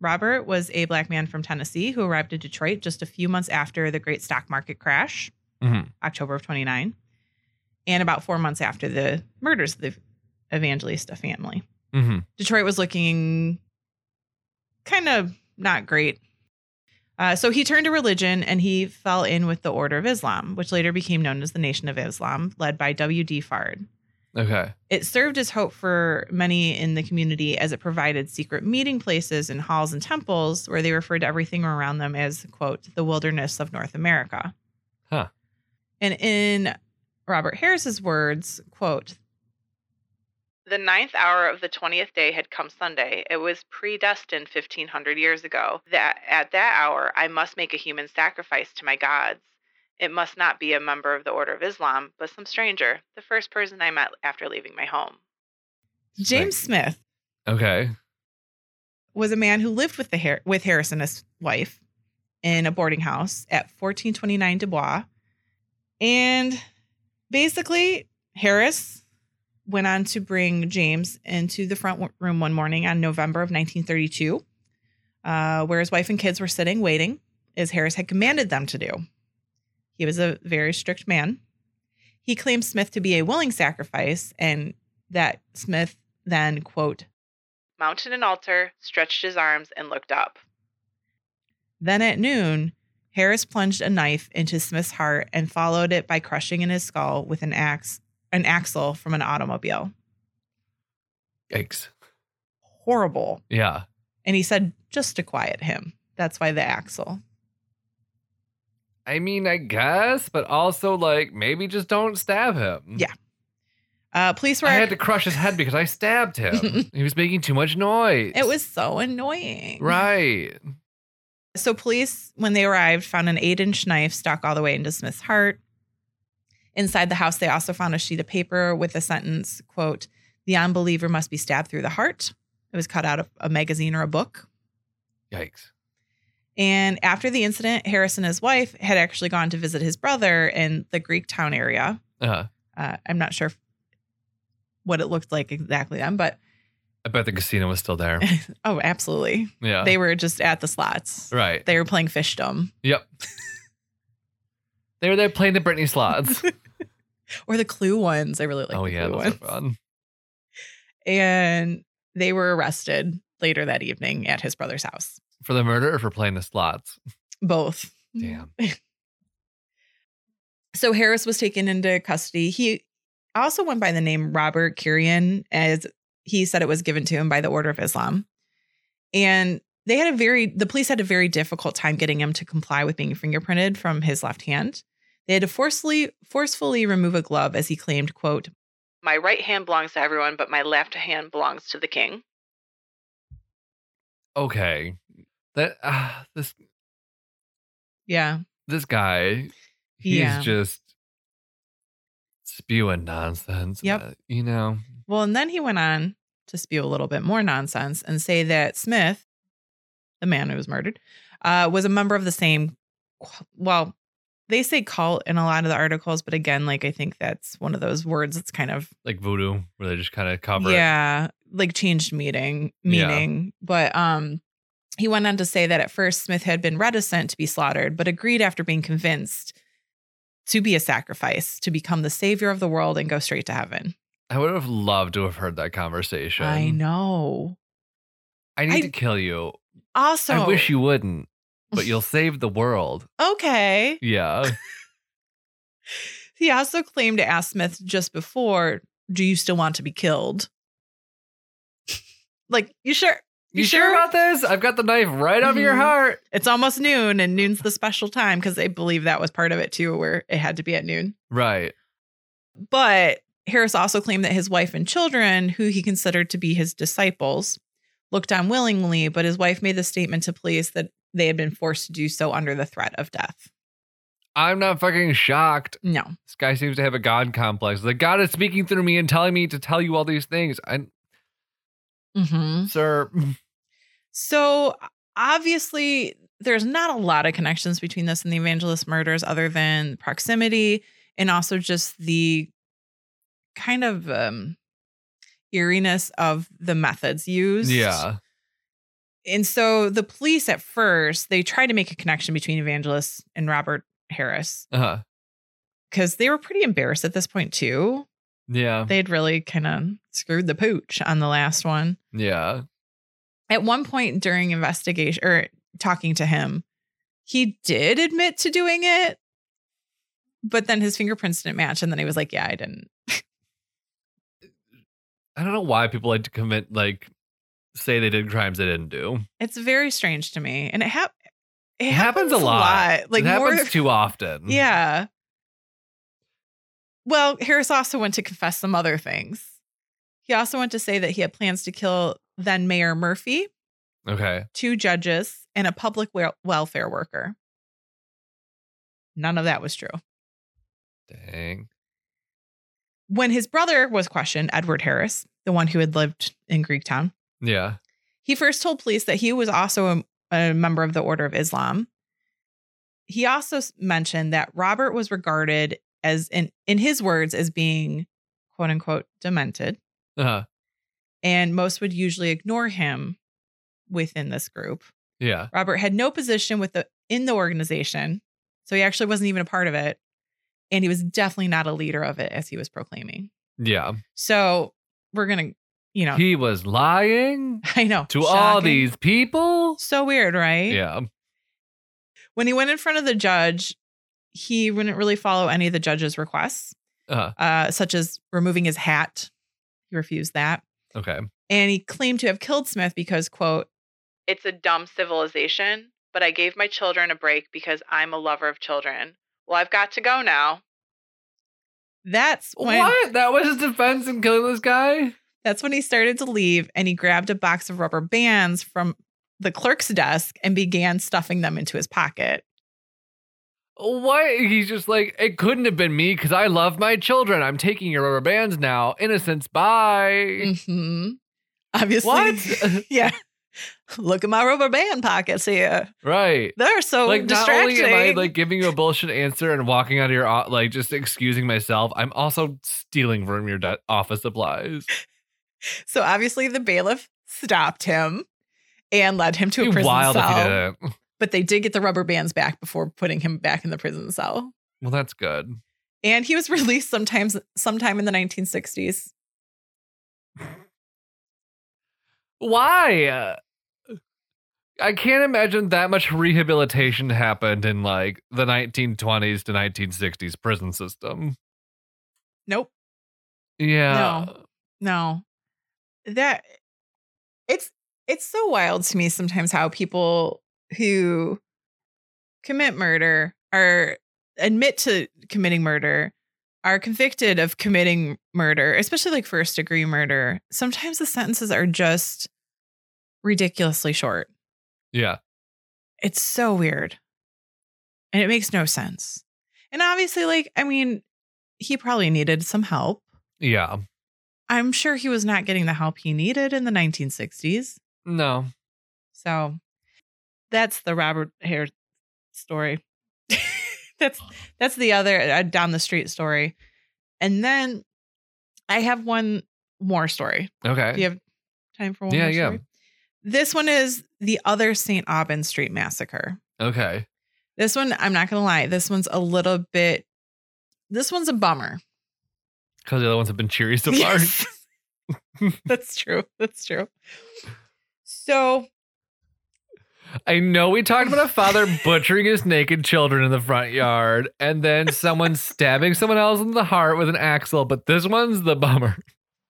Speaker 2: Robert was a black man from Tennessee who arrived in Detroit just a few months after the great stock market crash.
Speaker 1: hmm
Speaker 2: October of 29, and about four months after the murders of the Evangelista family.
Speaker 1: hmm
Speaker 2: Detroit was looking kind of not great. Uh, so he turned to religion and he fell in with the Order of Islam, which later became known as the Nation of Islam, led by W.D. Fard.
Speaker 1: Okay.
Speaker 2: It served as hope for many in the community as it provided secret meeting places in halls and temples where they referred to everything around them as, quote, the wilderness of North America.
Speaker 1: Huh.
Speaker 2: And in Robert Harris's words, quote, the ninth hour of the 20th day had come Sunday. It was predestined 1500 years ago that at that hour I must make a human sacrifice to my gods. It must not be a member of the Order of Islam, but some stranger, the first person I met after leaving my home. James Smith
Speaker 1: Okay.
Speaker 2: was a man who lived with the Har- with Harris and his wife in a boarding house at 1429 Dubois. And basically, Harris went on to bring James into the front w- room one morning on November of 1932, uh, where his wife and kids were sitting waiting, as Harris had commanded them to do. He was a very strict man. He claimed Smith to be a willing sacrifice, and that Smith then, quote, mounted an altar, stretched his arms, and looked up. Then at noon, Harris plunged a knife into Smith's heart and followed it by crushing in his skull with an axe, an axle from an automobile.
Speaker 1: Yikes.
Speaker 2: Horrible.
Speaker 1: Yeah.
Speaker 2: And he said just to quiet him. That's why the axle.
Speaker 1: I mean, I guess, but also like maybe just don't stab him.
Speaker 2: Yeah. Uh, police were.
Speaker 1: I had to crush his head because I stabbed him. he was making too much noise.
Speaker 2: it was so annoying.
Speaker 1: right.
Speaker 2: So police, when they arrived, found an eight-inch knife stuck all the way into Smith's heart. Inside the house, they also found a sheet of paper with a sentence, quote, the unbeliever must be stabbed through the heart. It was cut out of a magazine or a book.
Speaker 1: Yikes.
Speaker 2: And after the incident, Harris and his wife had actually gone to visit his brother in the Greek town area.
Speaker 1: Uh-huh.
Speaker 2: Uh, I'm not sure what it looked like exactly then, but
Speaker 1: I bet the casino was still there.
Speaker 2: oh, absolutely.
Speaker 1: Yeah.
Speaker 2: They were just at the slots.
Speaker 1: right.
Speaker 2: They were playing fishdom
Speaker 1: yep. they were there playing the Britney slots.
Speaker 2: or the clue ones. I really like
Speaker 1: oh
Speaker 2: the
Speaker 1: yeah,
Speaker 2: clue
Speaker 1: those
Speaker 2: ones.
Speaker 1: are fun.
Speaker 2: And they were arrested later that evening at his brother's house.
Speaker 1: For the murder or for playing the slots?
Speaker 2: Both.
Speaker 1: Damn.
Speaker 2: So Harris was taken into custody. He also went by the name Robert Kirian, as he said it was given to him by the Order of Islam. And they had a very, the police had a very difficult time getting him to comply with being fingerprinted from his left hand. They had to forcefully, forcefully remove a glove as he claimed, quote, my right hand belongs to everyone, but my left hand belongs to the king.
Speaker 1: Okay. That ah, this
Speaker 2: Yeah.
Speaker 1: this guy, he's
Speaker 2: Yeah.
Speaker 1: just spewing nonsense.
Speaker 2: Yep.
Speaker 1: Uh, you know.
Speaker 2: Well, and then he went on to spew a little bit more nonsense and say that Smith, the man who was murdered, uh, was a member of the same. Well, they say cult in a lot of the articles, but again, like I think that's one of those words that's kind of
Speaker 1: like voodoo where they just kind of cover it.
Speaker 2: yeah, like changed meaning
Speaker 1: Yeah.
Speaker 2: meaning. But um, he went on to say that at first Smith had been reticent to be slaughtered, but agreed after being convinced to be a sacrifice to become the savior of the world and go straight to heaven.
Speaker 1: I would have loved to have heard that conversation.
Speaker 2: I know.
Speaker 1: I need
Speaker 2: I-
Speaker 1: to kill you.
Speaker 2: Also,
Speaker 1: I wish you wouldn't, but you'll save the world.
Speaker 2: Okay.
Speaker 1: Yeah.
Speaker 2: He also claimed to ask Smith just before, Do you still want to be killed? like, you sure?
Speaker 1: you sure about this? I've got the knife right over your
Speaker 2: Mhm.
Speaker 1: heart.
Speaker 2: It's almost noon, and noon's the special time because they believe that was part of it too, where it had to be at noon.
Speaker 1: Right.
Speaker 2: But Harris also claimed that his wife and children, who he considered to be his disciples, looked on willingly, but his wife made the statement to police that they had been forced to do so under the threat of death.
Speaker 1: I'm not fucking shocked.
Speaker 2: No.
Speaker 1: This guy seems to have a God complex. The God is speaking through me and telling me to tell you all these things. And,
Speaker 2: Mm-hmm.
Speaker 1: sir,
Speaker 2: So obviously, there's not a lot of connections between this and the evangelist murders other than proximity and also just the kind of um, eeriness of the methods used.
Speaker 1: yeah.
Speaker 2: And so the police at first, they tried to make a connection between evangelist and Robert Harris
Speaker 1: Uh-huh.
Speaker 2: because they were pretty embarrassed at this point, too.
Speaker 1: Yeah.
Speaker 2: They had really kind of screwed the pooch on the last one.
Speaker 1: Yeah.
Speaker 2: at one point during investigation or talking to him, he did admit to doing it, but then his fingerprints didn't match. And then he was like, Yeah, I didn't.
Speaker 1: I don't know why people like to commit, like, say they did crimes they didn't do.
Speaker 2: It's very strange to me. And it, hap-
Speaker 1: It happens a lot.
Speaker 2: Like,
Speaker 1: it
Speaker 2: more,
Speaker 1: happens too often.
Speaker 2: yeah. Well, Harris also went to confess some other things. He also went to say that he had plans to kill then Mayor Murphy,
Speaker 1: Okay.
Speaker 2: two judges, and a public wel- welfare worker. None of that was true.
Speaker 1: Dang.
Speaker 2: when his brother was questioned, Edward Harris, the one who had lived in Greektown,
Speaker 1: Yeah.
Speaker 2: he first told police that he was also a, a member of the Order of Islam. He also s- mentioned that Robert was regarded as, in, in his words, as being quote unquote demented,
Speaker 1: Uh-huh.
Speaker 2: and most would usually ignore him within this group.
Speaker 1: Yeah.
Speaker 2: Robert had no position with the in the organization, so he actually wasn't even a part of it, and he was definitely not a leader of it as he was proclaiming.
Speaker 1: Yeah.
Speaker 2: So we're gonna, you know,
Speaker 1: He was lying
Speaker 2: I know
Speaker 1: to all
Speaker 2: Shocking.
Speaker 1: these people.
Speaker 2: So weird, right?
Speaker 1: Yeah.
Speaker 2: When he went in front of the judge, he wouldn't really follow any of the judge's requests,
Speaker 1: Uh,
Speaker 2: uh, such as removing his hat. He refused that,
Speaker 1: okay.
Speaker 2: and he claimed to have killed Smith because, quote, "It's a dumb civilization, but I gave my children a break because I'm a lover of children. Well, I've got to go now." That's when
Speaker 1: what? That was his defense in killing this guy?
Speaker 2: That's when he started to leave and he grabbed a box of rubber bands from the clerk's desk and began stuffing them into his pocket.
Speaker 1: What? He's just like, it couldn't have been me because I love my children. I'm taking your rubber bands
Speaker 2: Mm,
Speaker 1: now. Innocence, bye.
Speaker 2: Mm-hmm. Obviously.
Speaker 1: What?
Speaker 2: yeah. look at my rubber band pockets here.
Speaker 1: Right.
Speaker 2: They're so
Speaker 1: like not
Speaker 2: distracting.
Speaker 1: only am I like giving you a bullshit answer and walking out of your o- like just excusing myself, I'm also stealing from your de- office supplies.
Speaker 2: so obviously the bailiff stopped him and led him to a
Speaker 1: It'd be
Speaker 2: prison
Speaker 1: wild if you
Speaker 2: cell.
Speaker 1: didn't.
Speaker 2: But they did get the rubber bands back before putting him back in the prison cell.
Speaker 1: Well, that's good.
Speaker 2: And he was released sometimes sometime in the 1960s.
Speaker 1: Why? Uh, I can't imagine that much rehabilitation happened in like the 1920s to 1960s prison system.
Speaker 2: Nope.
Speaker 1: Yeah.
Speaker 2: No. That it's it's so wild to me sometimes how people who commit murder are admit to committing murder are convicted of committing murder, especially like first degree murder. Sometimes the sentences are just ridiculously short.
Speaker 1: Yeah.
Speaker 2: It's so weird. And it makes no sense. And obviously like I mean, he probably needed some help.
Speaker 1: Yeah.
Speaker 2: I'm sure he was not getting the help he needed in the 1960s.
Speaker 1: No.
Speaker 2: So that's the Robert Hare story. that's that's the other uh, down the street story. And then I have one more story. Do
Speaker 1: Okay.
Speaker 2: you have time for one
Speaker 1: Yeah,
Speaker 2: more
Speaker 1: yeah.
Speaker 2: story? This one is the other St. Aubin Street massacre.
Speaker 1: Okay.
Speaker 2: This one, I'm not gonna lie, this one's a little bit this one's a bummer.
Speaker 1: Because the other ones have been cheery so far.
Speaker 2: Yes. that's true. That's true. So
Speaker 1: I know we talked about a father butchering his naked children in the front yard and then someone stabbing someone else in the heart with an axle, but this one's the bummer.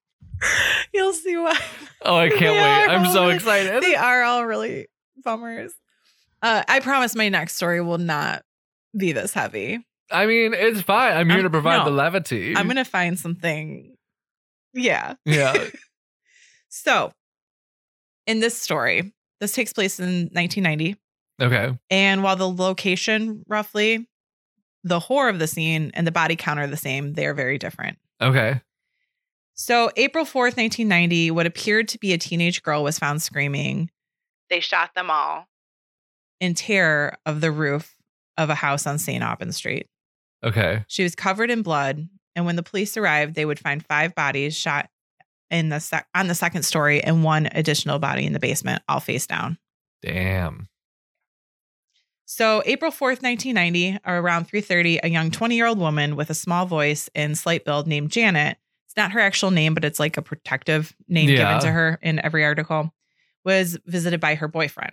Speaker 2: you'll see why
Speaker 1: Oh, I can't
Speaker 2: They
Speaker 1: wait.
Speaker 2: are
Speaker 1: I'm so
Speaker 2: bummer.
Speaker 1: excited.
Speaker 2: they are all really bummers. Uh, I promise my next story will not be this heavy.
Speaker 1: I mean, it's fine. I'm here
Speaker 2: I'm-
Speaker 1: to provide
Speaker 2: no.
Speaker 1: the levity.
Speaker 2: I'm gonna find something. Yeah.
Speaker 1: yeah.
Speaker 2: So, in this story, this takes place in 1990.
Speaker 1: Okay.
Speaker 2: And while the location roughly, the horror of the scene and the body count are the same, they are very different.
Speaker 1: Okay.
Speaker 2: So, April 4th, 1990, what appeared to be a teenage girl was found screaming. They shot them all in terror of the roof of a house on St. Aubin Street.
Speaker 1: Okay.
Speaker 2: She was covered in blood, and when the police arrived, they would find five bodies shot in the sec- on the second story and one additional body in the basement, all face down.
Speaker 1: Damn.
Speaker 2: So, April 4th, 1990, around 3:30, a young 20-year-old woman with a small voice and slight build named Janet. It's not her actual name, but it's like a protective name
Speaker 1: Yeah.
Speaker 2: given to her in every article. Was visited by her boyfriend.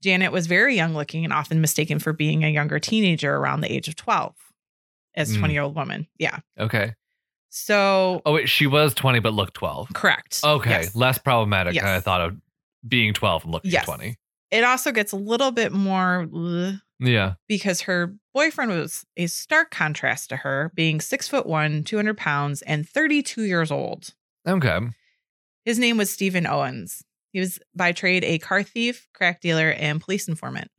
Speaker 2: Janet was very young looking and often mistaken for being a younger teenager around the age of 12 as
Speaker 1: Mm.
Speaker 2: 20-year-old woman. Yeah.
Speaker 1: Okay.
Speaker 2: So,
Speaker 1: Oh wait, she was 20 but looked 12.
Speaker 2: correct.
Speaker 1: Okay.
Speaker 2: Yes.
Speaker 1: Less problematic than I
Speaker 2: Yes.
Speaker 1: thought of being 12 and looking
Speaker 2: Yes.
Speaker 1: 20.
Speaker 2: It also gets a little bit more bleh,
Speaker 1: Yeah.
Speaker 2: because her boyfriend was a stark contrast to her, being six foot one, 200 pounds, and 32 years old.
Speaker 1: Okay.
Speaker 2: His name was Stephen Owens. He was by trade a car thief, crack dealer, and police informant.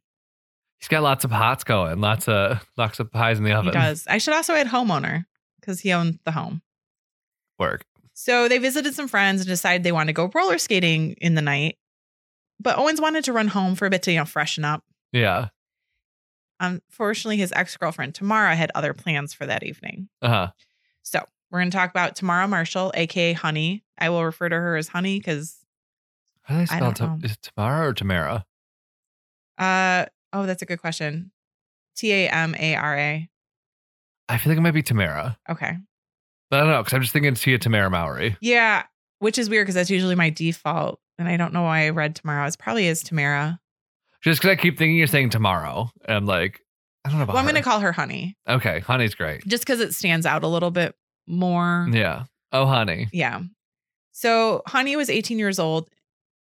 Speaker 1: He's got lots of hots going, lots of lots of pies in the
Speaker 2: He
Speaker 1: oven.
Speaker 2: does. I should also add homeowner because he owned the home.
Speaker 1: Work.
Speaker 2: So they visited some friends and decided they wanted to go roller skating in the night. But Owens wanted to run home for a bit to you know freshen up.
Speaker 1: Yeah.
Speaker 2: Unfortunately, his ex girlfriend Tamara had other plans for that evening.
Speaker 1: Uh-huh.
Speaker 2: So we're going to talk about Tamara Marshall, aka Honey. I will refer to her as Honey because,
Speaker 1: How do they spell
Speaker 2: don't
Speaker 1: to-
Speaker 2: know.
Speaker 1: is it Tamara or Tamara?
Speaker 2: uh, oh, that's a good question. T A M A R A.
Speaker 1: I feel like it might be Tamara.
Speaker 2: Okay.
Speaker 1: But I don't know, because I'm just thinking Tia Tamara Maori.
Speaker 2: Yeah, which is weird because that's usually my default. And I don't know why I read Tamara. It probably is Tamara.
Speaker 1: Just because I keep thinking you're saying tomorrow. And I'm like, I don't know about
Speaker 2: Well, I'm going
Speaker 1: her.
Speaker 2: to call her Honey
Speaker 1: Okay, honey's great.
Speaker 2: just because it stands out a little bit more.
Speaker 1: Yeah. Oh, honey.
Speaker 2: Yeah. So Honey was 18 years old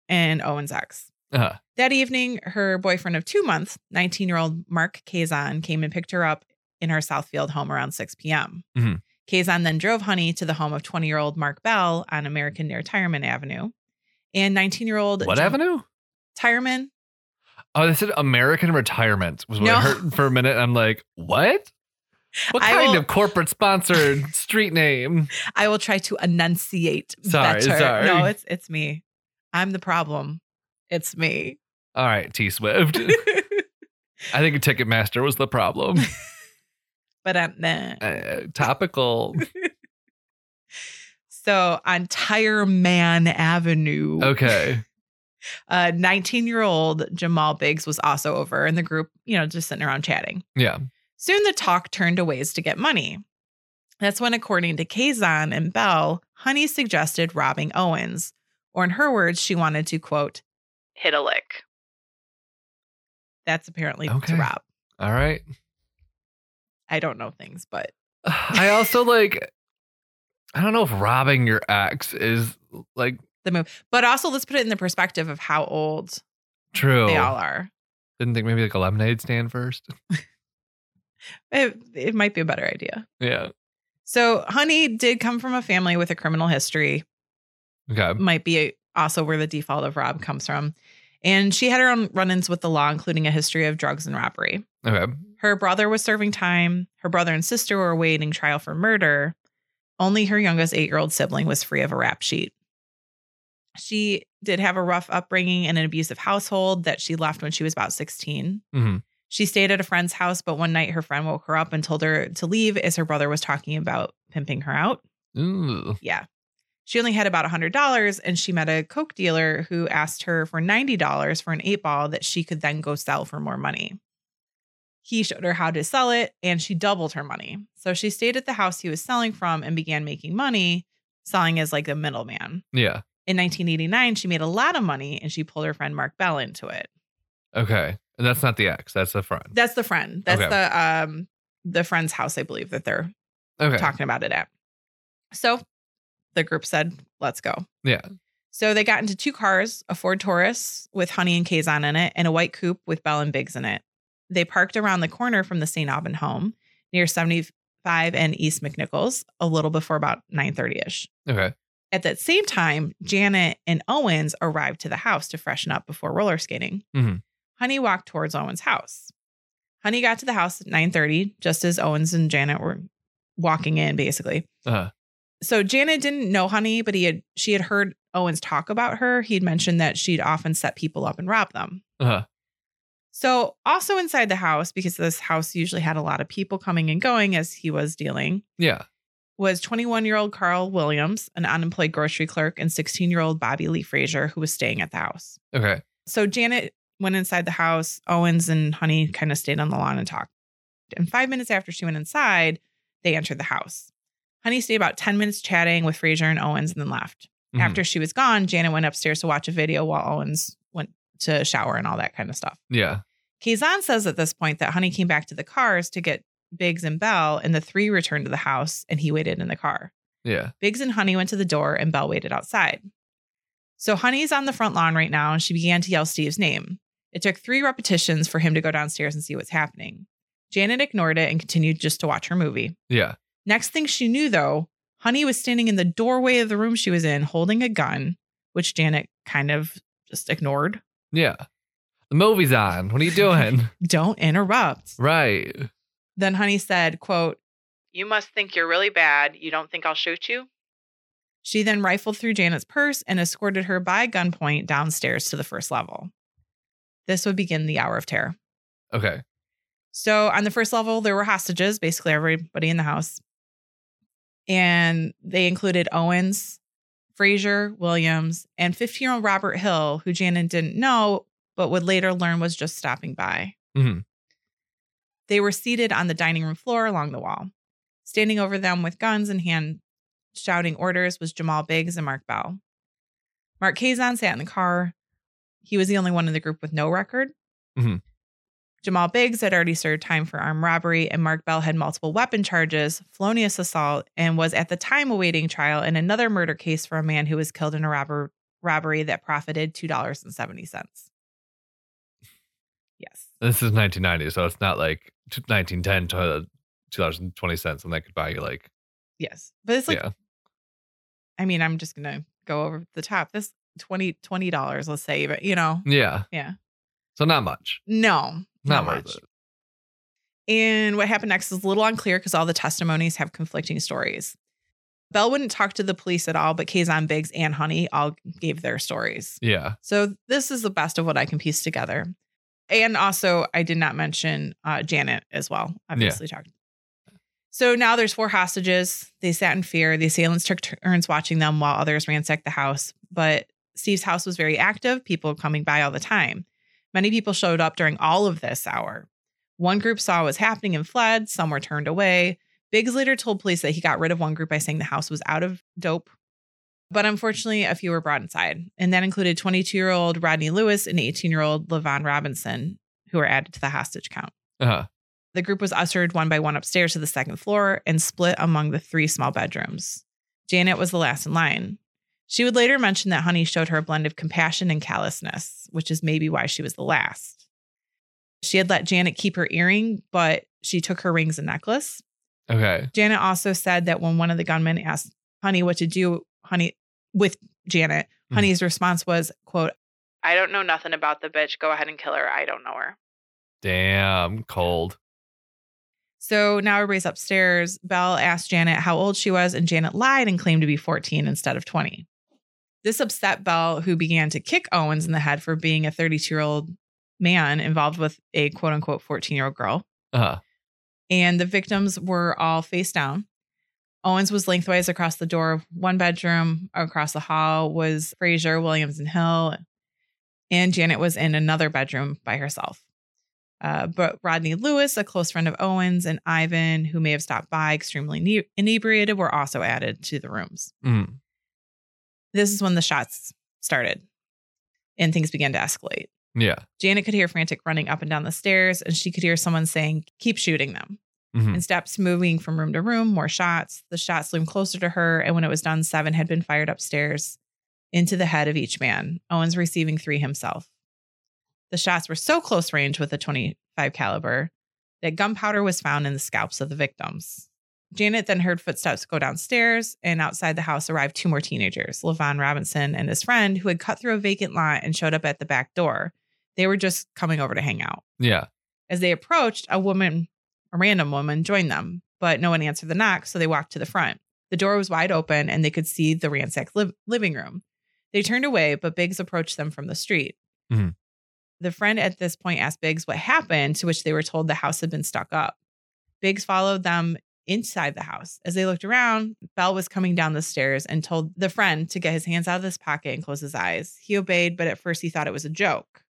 Speaker 2: and Owen's ex.
Speaker 1: Uh-huh.
Speaker 2: That evening, her boyfriend of two months, 19 year old Mark Kazan, came and picked her up in her Southfield home around 6 p.m.
Speaker 1: Mhm.
Speaker 2: Kazan then drove Honey to the home of 20 year old Mark Bell on American near Tireman Avenue. And 19 year old
Speaker 1: What avenue?
Speaker 2: Tireman.
Speaker 1: Oh, they said American retirement was what I
Speaker 2: No.
Speaker 1: heard for a minute. I'm like, what? What
Speaker 2: I
Speaker 1: kind
Speaker 2: will-
Speaker 1: of corporate sponsored street name?
Speaker 2: I will try to enunciate
Speaker 1: Sorry,
Speaker 2: better.
Speaker 1: sorry.
Speaker 2: No, it's it's me. I'm the problem. It's me.
Speaker 1: All right, T Swift. I think Ticketmaster was the problem.
Speaker 2: but I'm not.
Speaker 1: Uh, topical.
Speaker 2: So on Tire Man Avenue,
Speaker 1: Oh, Okay.
Speaker 2: uh, 19 year old Jamal Biggs was also over in the group, you know, just sitting around chatting.
Speaker 1: Yeah.
Speaker 2: Soon the talk turned to ways to get money. That's when, according to Kazan and Bell, Honey suggested robbing Owens, or in her words, she wanted to quote, hit a lick. That's apparently
Speaker 1: Okay.
Speaker 2: to rob.
Speaker 1: All right.
Speaker 2: I don't know things, but
Speaker 1: I also like. I don't know if robbing your ex is like
Speaker 2: the move. But also, let's put it in the perspective of how old
Speaker 1: true.
Speaker 2: they all are.
Speaker 1: Didn't think maybe like a lemonade stand first.
Speaker 2: It, it might be a better idea.
Speaker 1: Yeah.
Speaker 2: So, Honey did come from a family with a criminal history,
Speaker 1: Okay.
Speaker 2: might be also where the default of Rob comes from. And she had her own run ins with the law, including a history of drugs and robbery.
Speaker 1: Okay.
Speaker 2: Her brother was serving time. Her brother and sister were awaiting trial for murder. Only her youngest eight year old sibling was free of a rap sheet. She did have a rough upbringing in an abusive household that she left when she was about 16.
Speaker 1: hmm
Speaker 2: She stayed at a friend's house, but one night her friend woke her up and told her to leave as her brother was talking about pimping her out.
Speaker 1: Ooh.
Speaker 2: Yeah. She only had about $100 and she met a Coke dealer who asked her for $90 for an eight ball that she could then go sell for more money. He showed her how to sell it and she doubled her money. So she stayed at the house he was selling from and began making money, selling as like a middleman.
Speaker 1: Yeah.
Speaker 2: In 1989, she made a lot of money and she pulled her friend Mark Bell into it.
Speaker 1: Okay. And that's not the ex. That's a friend.
Speaker 2: That's the friend. That's
Speaker 1: Okay.
Speaker 2: the um the friend's house, I believe, that they're
Speaker 1: Okay.
Speaker 2: talking about it at. So the group said, let's go.
Speaker 1: Yeah.
Speaker 2: So they got into two cars, a Ford Taurus with Honey and Kazan in it, and a white coupe with Bell and Biggs in it. They parked around the corner from the St. Aubin home near 75 and East McNichols, a little before about 9.30ish.
Speaker 1: Okay.
Speaker 2: At that same time, Janet and Owens arrived to the house to freshen up before roller skating.
Speaker 1: Mhm.
Speaker 2: Honey walked towards Owens' house. Honey got to the house at 9:30, just as Owens and Janet were walking in, basically.
Speaker 1: Uh,
Speaker 2: So Janet didn't know Honey, but he had she had heard Owens talk about her. He'd mentioned that she'd often set people up and rob them.
Speaker 1: uh,
Speaker 2: So, also inside the house, because this house usually had a lot of people coming and going as he was dealing,
Speaker 1: yeah.
Speaker 2: was 21 year old Carl Williams, an unemployed grocery clerk, and 16 year old Bobby Lee Frazier, who was staying at the house.
Speaker 1: Okay.
Speaker 2: So Janet went inside the house. Owens and Honey kind of stayed on the lawn and talked. And five minutes after she went inside, they entered the house. Honey stayed about 10 minutes chatting with Frazier and Owens and then left.
Speaker 1: Mhm.
Speaker 2: After she was gone, Janet went upstairs to watch a video while Owens went to shower and all that kind of stuff.
Speaker 1: Yeah.
Speaker 2: Kazan says at this point that Honey came back to the cars to get Biggs and Bell, and the three returned to the house, and he waited in the car.
Speaker 1: Yeah.
Speaker 2: Biggs and Honey went to the door and Belle waited outside. So Honey's on the front lawn right now and she began to yell Steve's name. It took three repetitions for him to go downstairs and see what's happening. Janet ignored it and continued just to watch her movie.
Speaker 1: Yeah.
Speaker 2: Next thing she knew, though, Honey was standing in the doorway of the room she was in holding a gun, which Janet kind of just ignored.
Speaker 1: Yeah. The movie's on. What are you doing?
Speaker 2: Don't interrupt.
Speaker 1: right.
Speaker 2: Then Honey said, quote, You must think you're really bad. You don't think I'll shoot you? She then rifled through Janet's purse and escorted her by gunpoint downstairs to the first level. This would begin the hour of terror.
Speaker 1: Okay.
Speaker 2: So on the first level, there were hostages, basically everybody in the house. And they included Owens, Frazier, Williams, and 15 year old Robert Hill, who Janet didn't know, but would later learn was just stopping by.
Speaker 1: Mhm.
Speaker 2: They were seated on the dining room floor along the wall. Standing over them with guns in hand, shouting orders was Jamal Biggs and Mark Bell. Mark Kazan sat in the car. He was the only one in the group with no record. Jamal Biggs had already served time for armed robbery, and Mark Bell had multiple weapon charges, felonious assault, and was at the time awaiting trial in another murder case for a man who was killed in a robber- robbery that profited $2.70. Yes.
Speaker 1: This is 1990, so it's not like t- 1910 to $2.20, and that could buy you like,
Speaker 2: Yes. But it's like,
Speaker 1: yeah.
Speaker 2: I mean, I'm just going to go over the top. This 20 $20, let's say, but you know,
Speaker 1: Yeah.
Speaker 2: Yeah.
Speaker 1: So not much.
Speaker 2: no,
Speaker 1: Not, worth it.
Speaker 2: And what happened next is a little unclear because all the testimonies have conflicting stories. Bell wouldn't talk to the police at all, but Kazan Biggs and Honey all gave their stories.
Speaker 1: Yeah.
Speaker 2: So this is the best of what I can piece together. And also, I did not mention uh, Janet as well. Obviously, talked. So now there's four hostages. They sat in fear. The assailants took turns watching them while others ransacked the house. But Steve's house was very active, people coming by all the time. Many people showed up during all of this hour. One group saw what was happening and fled, some were turned away. Biggs later told police that he got rid of one group by saying the house was out of dope. But unfortunately, a few were brought inside, and that included 22 year old Rodney Lewis and 18 year old Levon Robinson, who were added to the hostage count.
Speaker 1: Uh-huh.
Speaker 2: The group was ushered one by one upstairs to the second floor and split among the three small bedrooms. Janet was the last in line. She would later mention that Honey showed her a blend of compassion and callousness, which is maybe why she was the last. She had let Janet keep her earring, but she took her rings and necklace.
Speaker 1: Okay.
Speaker 2: Janet also said that when one of the gunmen asked Honey what to do, Honey with Janet,
Speaker 1: Mhm.
Speaker 2: Honey's response was, "quote I don't know nothing about the bitch. Go ahead and kill her. I don't know her."
Speaker 1: Damn cold.
Speaker 2: So now everybody's upstairs. Belle asked Janet how old she was, and Janet lied and claimed to be 14 instead of 20. This upset Belle, who began to kick Owens in the head for being a 32 year old man involved with a quote unquote 14 year old girl.
Speaker 1: Uh-huh.
Speaker 2: And the victims were all face down. Owens was lengthwise across the door of one bedroom. Across the hall was Frazier, Williams, and Hill. And Janet was in another bedroom by herself. Uh, but Rodney Lewis, a close friend of Owens, and Ivan, who may have stopped by extremely ine- inebriated, were also added to the rooms.
Speaker 1: Mm.
Speaker 2: This is when the shots started and things began to escalate.
Speaker 1: Yeah.
Speaker 2: Janet could hear frantic running up and down the stairs, and she could hear someone saying, Keep shooting them.
Speaker 1: Mhm.
Speaker 2: And steps moving from room to room, more shots. The shots loomed closer to her, and when it was done, seven had been fired upstairs into the head of each man, Owens receiving three himself. The shots were so close range with a 25 caliber that gunpowder was found in the scalps of the victims. Janet then heard footsteps go downstairs, and outside the house arrived two more teenagers, Levon Robinson and his friend, who had cut through a vacant lot and showed up at the back door. They were just coming over to hang out.
Speaker 1: Yeah.
Speaker 2: As they approached, a woman, a random woman, joined them, but no one answered the knock, so they walked to the front. The door was wide open and they could see the ransacked liv- living room. They turned away, but Biggs approached them from the street.
Speaker 1: Mhm.
Speaker 2: The friend at this point asked Biggs what happened, to which they were told the house had been stuck up. Biggs followed them inside the house. As they looked around, Bell was coming down the stairs and told the friend to get his hands out of his pocket and close his eyes. He obeyed, but at first he thought it was a joke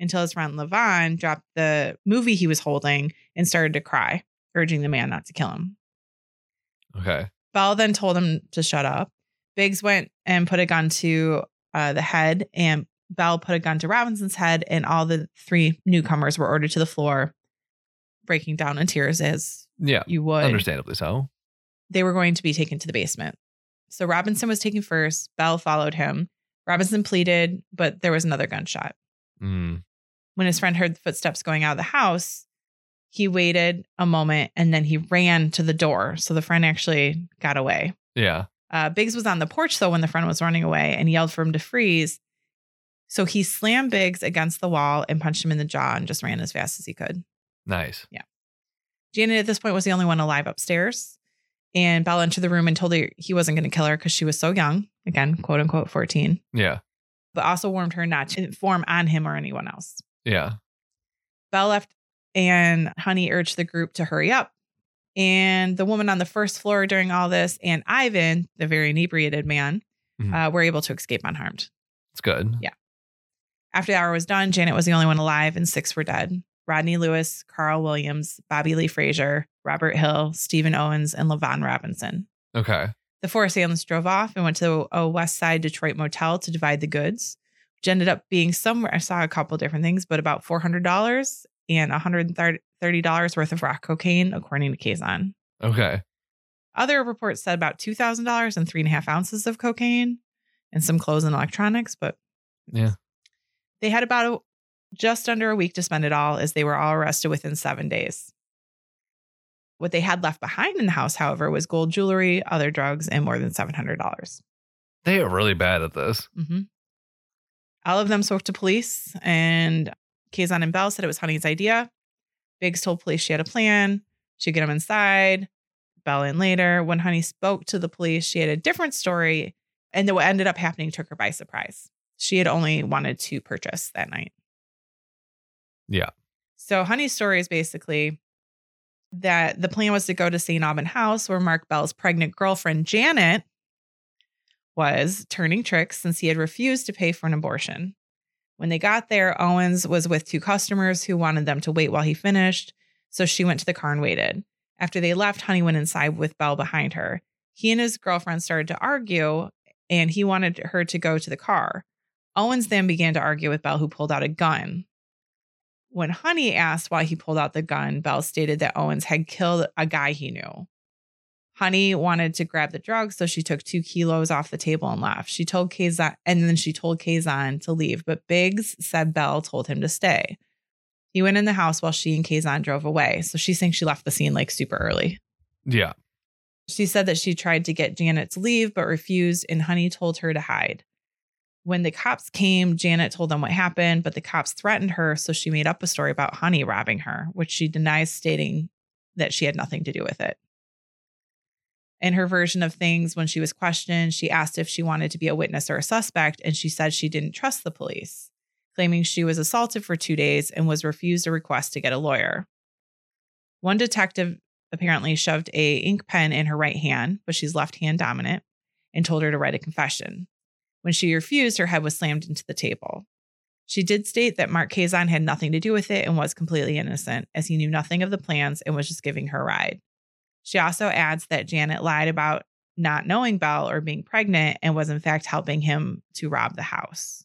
Speaker 2: until his friend Levon dropped the movie he was holding and started to cry, urging the man not to kill him.
Speaker 1: Okay.
Speaker 2: Bell then told him to shut up. Biggs went and put a gun to uh, the head, and Bell put a gun to Robinson's head, and all the three newcomers were ordered to the floor, breaking down in tears as
Speaker 1: Yeah.
Speaker 2: you would
Speaker 1: Understandably so.
Speaker 2: they were going to be taken to the basement. So Robinson was taken first. Bell followed him. Robinson pleaded, but there was another gunshot.
Speaker 1: Mm.
Speaker 2: When his friend heard the footsteps going out of the house, he waited a moment and then he ran to the door. So the friend actually got away.
Speaker 1: Yeah.
Speaker 2: Uh, Biggs was on the porch though when the friend was running away and yelled for him to freeze. So he slammed Biggs against the wall and punched him in the jaw and just ran as fast as he could.
Speaker 1: Nice.
Speaker 2: Janet at this point was the only one alive upstairs. And Bell entered the room and told her he wasn't going to kill her because she was so young. Again, quote unquote 14,
Speaker 1: Yeah.
Speaker 2: but also warned her not to inform on him or anyone else.
Speaker 1: Yeah.
Speaker 2: Bell left and Honey urged the group to hurry up. And the woman on the first floor during all this and Ivan, the very inebriated man,
Speaker 1: Mhm.
Speaker 2: uh, were able to escape unharmed.
Speaker 1: It's good.
Speaker 2: Yeah. After the hour was done, Janet was the only one alive and six were dead. Rodney Lewis, Carl Williams, Bobby Lee Frazier, Robert Hill, Stephen Owens, and Levon Robinson.
Speaker 1: Okay.
Speaker 2: The four assailants drove off and went to a West Side Detroit motel to divide the goods, which ended up being somewhere. I saw a couple different things, but about $400 and $130 worth of rock cocaine, according to Kazan.
Speaker 1: Okay.
Speaker 2: Other reports said about $2,000 and three and a half ounces of cocaine and some clothes and electronics, but
Speaker 1: Yeah.
Speaker 2: they had about a, just under a week to spend it all as they were all arrested within seven days. What they had left behind in the house, however, was gold jewelry, other drugs, and more than $700. dollars
Speaker 1: They are really bad at this.
Speaker 2: hmm All of them spoke to police, and Kazan and Bell said it was Honey's idea. Biggs told police she had a plan. She'd get them inside. Bell in later. When Honey spoke to the police, she had a different story, and then what ended up happening took her by surprise. She had only wanted to purchase that night.
Speaker 1: Yeah.
Speaker 2: So Honey's story is basically that the plan was to go to St. Aubin House, where Mark Bell's pregnant girlfriend Janet was turning tricks since he had refused to pay for an abortion. When they got there, Owens was with two customers who wanted them to wait while he finished, so she went to the car and waited. After they left, Honey went inside with Bell behind her. He and his girlfriend started to argue, and he wanted her to go to the car. Owens then began to argue with Bell, who pulled out a gun. When Honey asked why he pulled out the gun, Bell stated that Owens had killed a guy he knew. Honey wanted to grab the drugs, so she took two kilos off the table and left. She told Kazan, and then she told Kazan to leave, but Biggs said Bell told him to stay. He went in the house while she and Kazan drove away. So she's saying she left the scene like super early.
Speaker 1: Yeah.
Speaker 2: She said that she tried to get Janet to leave, but refused, and Honey told her to hide. When the cops came, Janet told them what happened, but the cops threatened her, so she made up a story about Honey robbing her, which she denies, stating that she had nothing to do with it. In her version of things, when she was questioned, she asked if she wanted to be a witness or a suspect, and she said she didn't trust the police, claiming she was assaulted for two days and was refused a request to get a lawyer. One detective apparently shoved a ink pen in her right hand, but she's left hand dominant, and told her to write a confession. When she refused, her head was slammed into the table. She did state that Mark Kazan had nothing to do with it and was completely innocent, as he knew nothing of the plans and was just giving her a ride. She also adds that Janet lied about not knowing Bell or being pregnant and was in fact helping him to rob the house.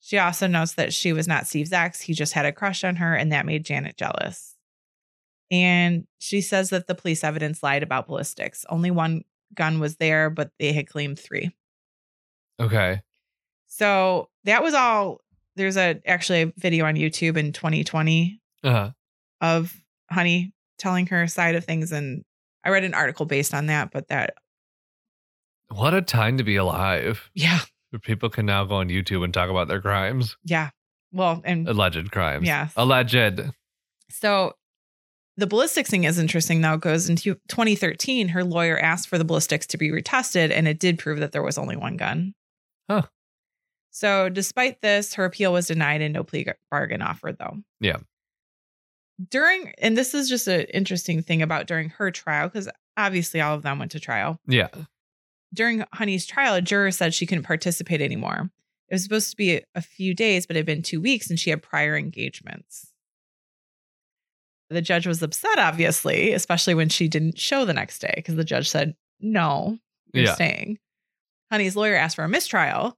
Speaker 2: She also notes that she was not Steve's ex, he just had a crush on her, and that made Janet jealous. And she says that the police evidence lied about ballistics. Only one gun was there, but they had claimed three.
Speaker 1: Okay.
Speaker 2: So that was all. There's a actually a video on YouTube in 2020
Speaker 1: Uh huh.
Speaker 2: of Honey telling her side of things. And I read an article based on that, but that,
Speaker 1: What a time to be alive.
Speaker 2: yeah,
Speaker 1: Where people can now go on YouTube and talk about their crimes,
Speaker 2: yeah. Well, and
Speaker 1: alleged crimes.
Speaker 2: Yes.
Speaker 1: Alleged.
Speaker 2: so the ballistics thing is interesting, though. It goes into 2013, her lawyer asked for the ballistics to be retested, and it did prove that there was only one gun.
Speaker 1: Huh.
Speaker 2: So, despite this, her appeal was denied and no plea bargain offered, though.
Speaker 1: Yeah.
Speaker 2: During, and this is just an interesting thing about during her trial, because obviously all of them went to trial.
Speaker 1: Yeah.
Speaker 2: during Honey's trial, a juror said she couldn't participate anymore. It was supposed to be a few days, but it had been two weeks and she had prior engagements. The judge was upset, obviously, especially when she didn't show the next day because the judge said, No, you're
Speaker 1: Yeah.
Speaker 2: staying. Honey's lawyer asked for a mistrial,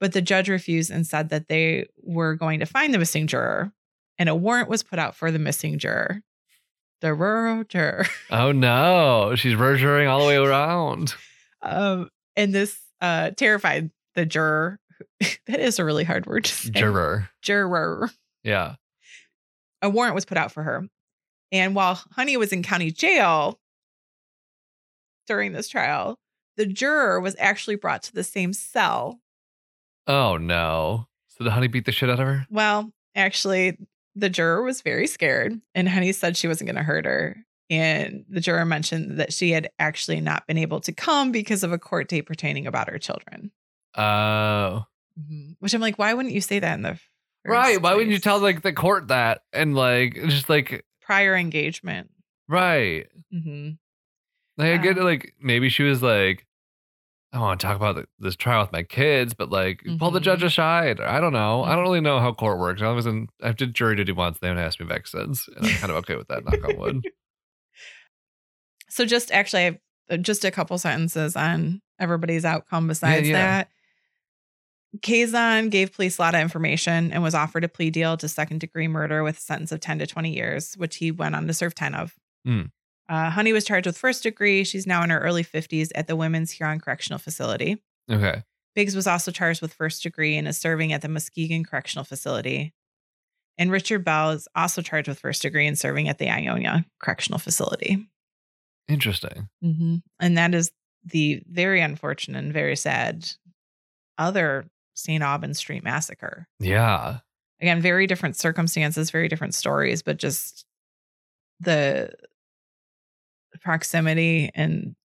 Speaker 2: but the judge refused and said that they were going to find the missing juror. And a warrant was put out for the missing juror. The rural juror.
Speaker 1: Oh no. She's vergering all the way around.
Speaker 2: Um, and this uh, terrified the juror. that is a really hard word to say.
Speaker 1: Juror.
Speaker 2: Juror.
Speaker 1: Yeah.
Speaker 2: A warrant was put out for her. And while Honey was in county jail during this trial, the juror was actually brought to the same cell.
Speaker 1: Oh no. So the honey beat the shit out of her?
Speaker 2: Well, actually, the juror was very scared, and Honey said she wasn't going to hurt her. And the juror mentioned that she had actually not been able to come because of a court date pertaining about her children.
Speaker 1: Oh.
Speaker 2: Which I'm like, why wouldn't you say that in the first
Speaker 1: Mm-hmm. Right. Why wouldn't you
Speaker 2: place?
Speaker 1: tell like the court that and like just like
Speaker 2: prior engagement?
Speaker 1: right?
Speaker 2: hmm
Speaker 1: Like I get it,
Speaker 2: Um,
Speaker 1: like maybe she was like, I want to talk about th- this trial with my kids, but like pull the
Speaker 2: Mhm.
Speaker 1: judge aside. or I don't know. I don't
Speaker 2: Mm-hmm.
Speaker 1: really know how court works. I was in I did jury duty once. They haven't asked me back since, and I'm kind of okay with that. knock on wood.
Speaker 2: So just actually, I have uh, just a couple sentences on everybody's outcome. Besides
Speaker 1: yeah.
Speaker 2: that, Kazan gave police a lot of information and was offered a plea deal to second degree murder with a sentence of 10 to 20 years, which he went on to serve 10 of.
Speaker 1: Hmm.
Speaker 2: Uh, Honey was charged with first degree. She's now in her early 50s at the Women's Huron Correctional Facility.
Speaker 1: Okay.
Speaker 2: Biggs was also charged with first degree and is serving at the Muskegon Correctional Facility. And Richard Bell is also charged with first degree and serving at the Ionia Correctional Facility.
Speaker 1: Interesting.
Speaker 2: Mm-hmm. And that is the very unfortunate and very sad other St. Aubin Street massacre.
Speaker 1: Yeah.
Speaker 2: Again, very different circumstances, very different stories, but just the proximity and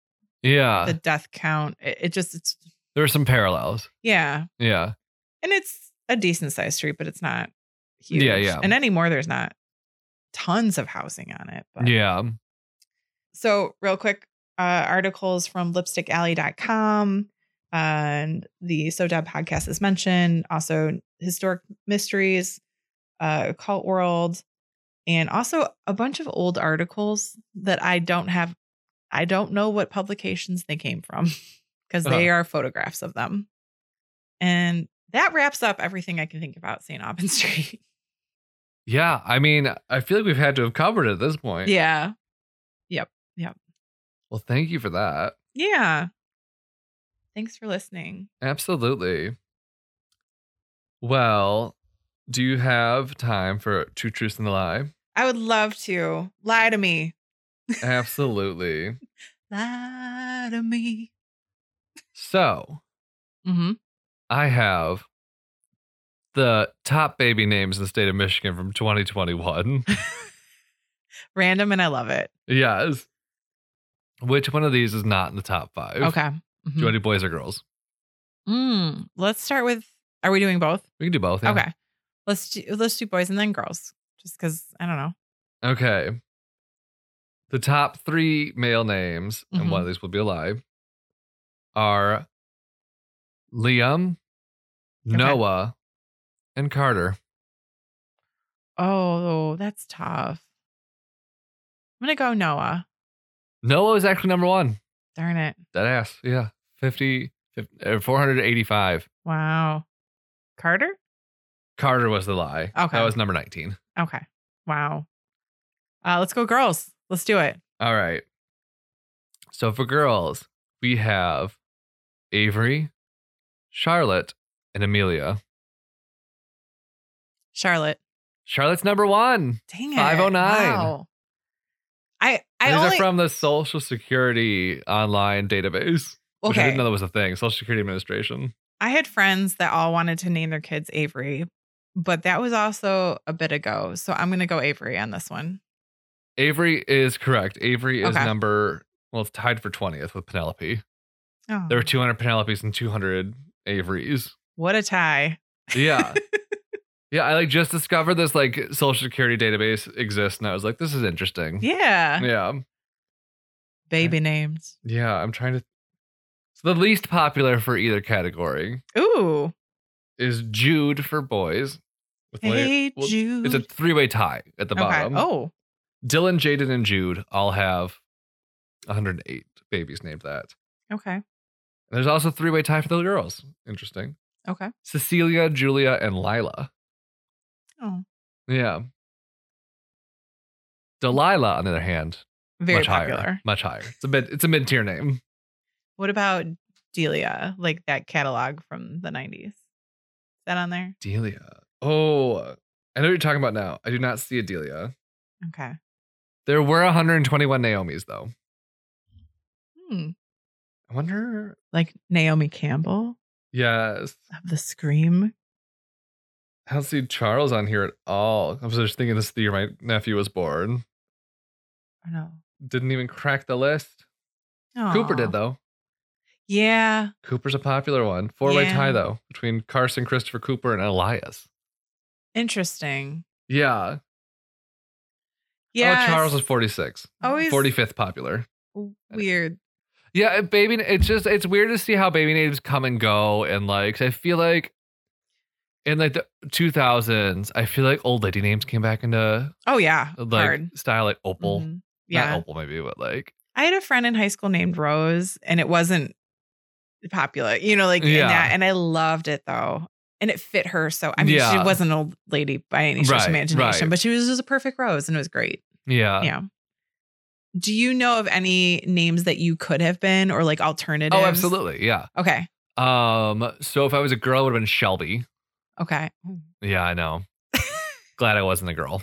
Speaker 1: Yeah.
Speaker 2: the death count. It, it just it's
Speaker 1: there are some parallels.
Speaker 2: yeah,
Speaker 1: Yeah.
Speaker 2: and it's a decent sized street, but it's not huge.
Speaker 1: Yeah, yeah.
Speaker 2: And anymore, there's not tons of housing on it. But.
Speaker 1: Yeah.
Speaker 2: So, real quick, uh, articles from lipstickalley.com and the So Dad podcast is mentioned, also historic mysteries, uh, occult world, and also a bunch of old articles that I don't have. I don't know what publications they came from because they are photographs of them. And that wraps up everything I can think about St. Aubin Street.
Speaker 1: Yeah. I mean, I feel like we've had to have covered it at this point.
Speaker 2: yeah.
Speaker 1: Well, thank you for that.
Speaker 2: Yeah. Thanks for listening.
Speaker 1: Absolutely. Well, do you have time for two truths and a lie?
Speaker 2: I would love to. Lie to me.
Speaker 1: Absolutely.
Speaker 2: Lie to me.
Speaker 1: So
Speaker 2: Mm-hmm.
Speaker 1: I have the top baby names in the state of Michigan from 2021.
Speaker 2: Random and I love it.
Speaker 1: yes. Which one of these is not in the top five?
Speaker 2: Okay. Mm-hmm. hmm.
Speaker 1: Do you want to do boys or girls?
Speaker 2: Mm, let's start with. Are we doing both?
Speaker 1: We can do both. yeah.
Speaker 2: Okay. Let's do, let's do boys and then girls, just because I don't know.
Speaker 1: Okay. The top three male names, and one
Speaker 2: Mhm.
Speaker 1: of these will be a lie, are Liam, Noah, and Carter.
Speaker 2: Oh, that's tough. I'm gonna go Noah.
Speaker 1: Noah is actually number one.
Speaker 2: Darn it!
Speaker 1: That ass. Yeah. 50, 50 uh, 485.
Speaker 2: Wow. Carter.
Speaker 1: Carter was the lie.
Speaker 2: Okay.
Speaker 1: That was number 19.
Speaker 2: Okay. Wow. Uh, let's go girls. Let's do it.
Speaker 1: All right. So for girls, we have Avery, Charlotte, and Amelia.
Speaker 2: Charlotte.
Speaker 1: Charlotte's number one.
Speaker 2: Dang it.
Speaker 1: 509.
Speaker 2: Wow. I I
Speaker 1: These
Speaker 2: only
Speaker 1: are from the Social Security online database, which I
Speaker 2: okay.
Speaker 1: didn't know that was a thing. Social Security Administration.
Speaker 2: I had friends that all wanted to name their kids Avery, but that was also a bit ago. So I'm going to go Avery on this one.
Speaker 1: Avery is correct. Avery is
Speaker 2: Okay.
Speaker 1: number well, it's tied for twentieth with Penelope.
Speaker 2: Oh,
Speaker 1: There were two hundred Penelopes and two hundred Averys.
Speaker 2: what a tie.
Speaker 1: Yeah. yeah, I like just discovered this like social security database exists and I was like, this is interesting.
Speaker 2: Yeah.
Speaker 1: Yeah. um,
Speaker 2: Baby names.
Speaker 1: Yeah, I'm trying to so the least popular for either category
Speaker 2: Ooh.
Speaker 1: is Jude for boys. With
Speaker 2: Hey,
Speaker 1: well,
Speaker 2: Jude.
Speaker 1: It's a three-way tie at the
Speaker 2: okay.
Speaker 1: bottom.
Speaker 2: Oh,
Speaker 1: Dylan, Jaden, and Jude all have 108 babies named that.
Speaker 2: okay.
Speaker 1: And there's also a three way tie for the girls. Interesting.
Speaker 2: Okay.
Speaker 1: Cecilia, Julia, and Lila.
Speaker 2: Oh,
Speaker 1: Yeah. Delilah, on the other hand,
Speaker 2: very
Speaker 1: much
Speaker 2: popular.
Speaker 1: higher. Much higher. It's a mid it's a mid tier name.
Speaker 2: What about Delia, like that catalog from the 90s? Is that on there?
Speaker 1: Delia. Oh, I know what you're talking about now. I do not see a Delia.
Speaker 2: Okay.
Speaker 1: There were 121 Naomi's though.
Speaker 2: Hmm.
Speaker 1: I wonder.
Speaker 2: Like Naomi Campbell
Speaker 1: Yes.
Speaker 2: of the Scream.
Speaker 1: I don't see Charles on here at all. I was just thinking this is the year my nephew was born.
Speaker 2: Oh, no.
Speaker 1: Didn't even crack the list. Cooper
Speaker 2: Aw.
Speaker 1: did though.
Speaker 2: Yeah.
Speaker 1: Cooper's a popular one. Four way
Speaker 2: Yeah.
Speaker 1: tie though between Carson, Christopher Cooper, and Elias.
Speaker 2: Interesting.
Speaker 1: Yeah.
Speaker 2: Yeah.
Speaker 1: Oh, Charles
Speaker 2: it's
Speaker 1: is forty six.
Speaker 2: always
Speaker 1: Forty fifth popular.
Speaker 2: weird.
Speaker 1: Yeah, and baby. It's just it's weird to see how baby names come and go, and like I feel like in like the two thousands, I feel like old lady names came back into
Speaker 2: Oh yeah,
Speaker 1: like
Speaker 2: hard.
Speaker 1: style, like Opal.
Speaker 2: Mhm.
Speaker 1: Yeah,
Speaker 2: Yeah,
Speaker 1: Not Opal maybe, but like
Speaker 2: I had a friend in high school named Rose, and it wasn't popular, you know, like in
Speaker 1: Yeah.
Speaker 2: that. And I loved it though, and it fit her. So I mean, she
Speaker 1: Yeah.
Speaker 2: wasn't an old lady by any stretch of
Speaker 1: Right,
Speaker 2: imagination,
Speaker 1: right.
Speaker 2: but she was just a perfect rose, and it was great.
Speaker 1: yeah.
Speaker 2: yeah. Do you know of any names that you could have been, or like alternatives?
Speaker 1: Oh, absolutely. Yeah.
Speaker 2: Okay.
Speaker 1: Um. So if I was a girl, it would have been Shelby.
Speaker 2: Okay.
Speaker 1: Yeah, I know. Glad I wasn't a girl.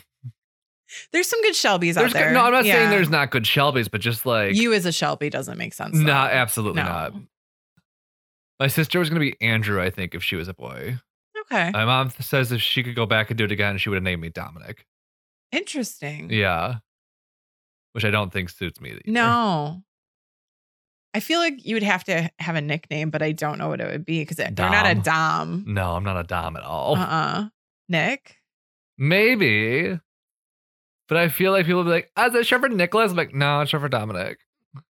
Speaker 2: There's some good Shelbys
Speaker 1: There's
Speaker 2: out there.
Speaker 1: Good, no, I'm not
Speaker 2: Yeah.
Speaker 1: saying there's not good Shelbys, but just like
Speaker 2: you as a Shelby doesn't make sense.
Speaker 1: no,
Speaker 2: though.
Speaker 1: absolutely
Speaker 2: No.
Speaker 1: not. My sister was gonna be Andrew, I think, if she was a boy.
Speaker 2: Okay.
Speaker 1: My mom says if she could go back and do it again, she would have named me Dominic.
Speaker 2: Interesting.
Speaker 1: Yeah, which I don't think suits me. Either.
Speaker 2: No. I feel like you would have to have a nickname, but I don't know what it would be because they're not a Dom.
Speaker 1: No, I'm not a Dom at all.
Speaker 2: Uh uh Nick?
Speaker 1: Maybe. But I feel like people would be like, oh, is it Trevor Nicholas? I'm like, no, it's Trevor Dominic.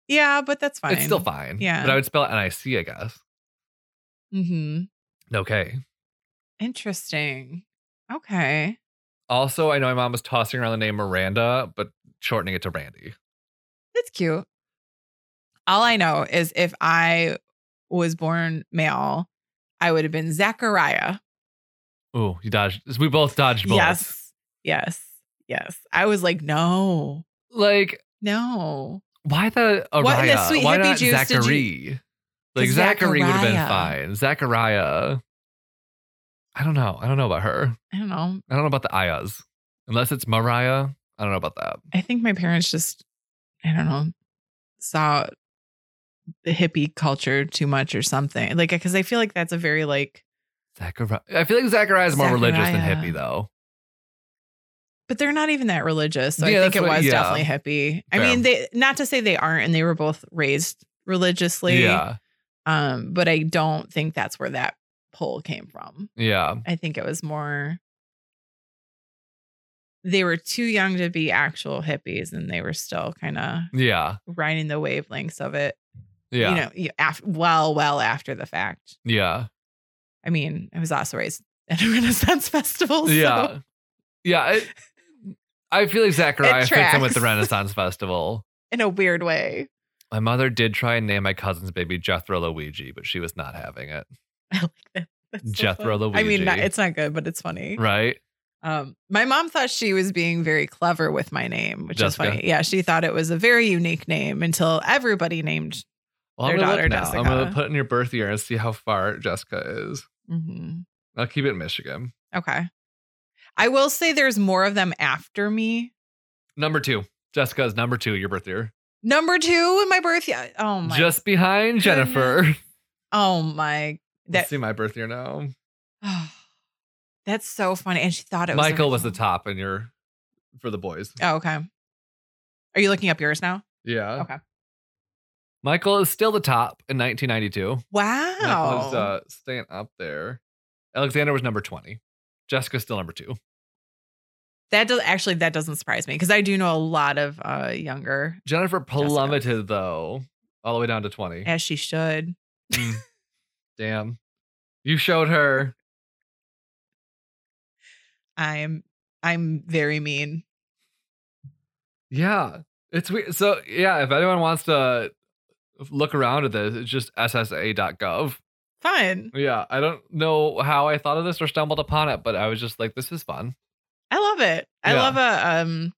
Speaker 2: Yeah, but that's fine.
Speaker 1: It's still fine.
Speaker 2: Yeah.
Speaker 1: But I would spell it N-I-C, I guess.
Speaker 2: hmm
Speaker 1: Okay.
Speaker 2: Interesting. Okay.
Speaker 1: Also, I know my mom was tossing around the name Miranda, but shortening it to Randy.
Speaker 2: That's cute. All I know is if I was born male, I would have been Zachariah.
Speaker 1: Ooh, you dodged. We both dodged bullets.
Speaker 2: Yes. Yes. Yes. I was like, no,
Speaker 1: Like,
Speaker 2: no.
Speaker 1: why the Araya?
Speaker 2: What in the sweet
Speaker 1: why
Speaker 2: hippie
Speaker 1: not
Speaker 2: juice did
Speaker 1: Zachary? like Zachary would have been
Speaker 2: Zachariah.
Speaker 1: fine. Zachariah. I don't know. I don't know about her.
Speaker 2: I don't know.
Speaker 1: I don't know about the Ayas. Unless it's Mariah. I don't know about that.
Speaker 2: I think my parents just, I don't know, saw the hippie culture too much or something. Like, because I feel like that's a very like,
Speaker 1: Zachariah. I feel like Zachariah is more religious than
Speaker 2: Zachariah.
Speaker 1: hippie, though.
Speaker 2: but they're not even that religious. So
Speaker 1: Yeah,
Speaker 2: I think
Speaker 1: that's
Speaker 2: it
Speaker 1: what-
Speaker 2: was
Speaker 1: yeah.
Speaker 2: definitely hippie. I
Speaker 1: Fair.
Speaker 2: mean, they not to say they aren't, and they were both raised religiously.
Speaker 1: Yeah.
Speaker 2: Um, but I don't think that's where that poll came from.
Speaker 1: Yeah.
Speaker 2: I think it was more they were too young to be actual hippies, and they were still kind of
Speaker 1: Yeah.
Speaker 2: riding the wavelengths of it.
Speaker 1: Yeah.
Speaker 2: you know, you- af- well, well after the fact.
Speaker 1: yeah.
Speaker 2: I mean, I was also raised at a Renaissance festival. so-
Speaker 1: Yeah. Yeah. it- I feel like Zachariah fits in with
Speaker 2: tracks.
Speaker 1: the Renaissance Festival.
Speaker 2: in a weird way.
Speaker 1: My mother did try and name my cousin's baby Jethro Luigi, but she was not having it.
Speaker 2: I like that. That's
Speaker 1: Jethro
Speaker 2: funny. I mean,
Speaker 1: Luigi.
Speaker 2: not, it's not good, but it's funny.
Speaker 1: Right?
Speaker 2: Um, my mom thought she was being very clever with my name, which
Speaker 1: Jessica?
Speaker 2: is funny. Yeah, she thought it was a very unique name until everybody named.
Speaker 1: Well,
Speaker 2: Their
Speaker 1: I'm gonna
Speaker 2: daughter,
Speaker 1: look now. I'm going to
Speaker 2: Jessica.
Speaker 1: put in your birth year and see how far Jessica is.
Speaker 2: Mhm.
Speaker 1: I'll keep it in Michigan.
Speaker 2: Okay. I will say there's more of them after me.
Speaker 1: Number two. Jessica is number two, your birth year.
Speaker 2: Number two in my birth. Yeah. Oh my.
Speaker 1: Just behind Jennifer.
Speaker 2: oh my.
Speaker 1: Let's
Speaker 2: That.
Speaker 1: see my birth year now.
Speaker 2: that's so funny. And she thought it was
Speaker 1: Michael was the
Speaker 2: original.
Speaker 1: top in your for the boys.
Speaker 2: Oh, okay. Are you looking up yours now?
Speaker 1: Yeah.
Speaker 2: Okay.
Speaker 1: Michael is still the top in 1992. Michael
Speaker 2: Wow.
Speaker 1: is uh, staying up there. Alexander was number 20. Jessica's still number two.
Speaker 2: that does actually that doesn't surprise me because I do know a lot of uh younger
Speaker 1: Jennifer plummeted though, all the way down to 20.
Speaker 2: as she should.
Speaker 1: Mm. Damn. You showed her.
Speaker 2: I'm I'm very mean.
Speaker 1: Yeah. It's weird. So, yeah, if anyone wants to look around at this, it's just ssa.gov.
Speaker 2: Fun.
Speaker 1: Yeah, I don't know how I thought of this or stumbled upon it, but I was just like, this is fun.
Speaker 2: I love it. I
Speaker 1: Yeah.
Speaker 2: love a um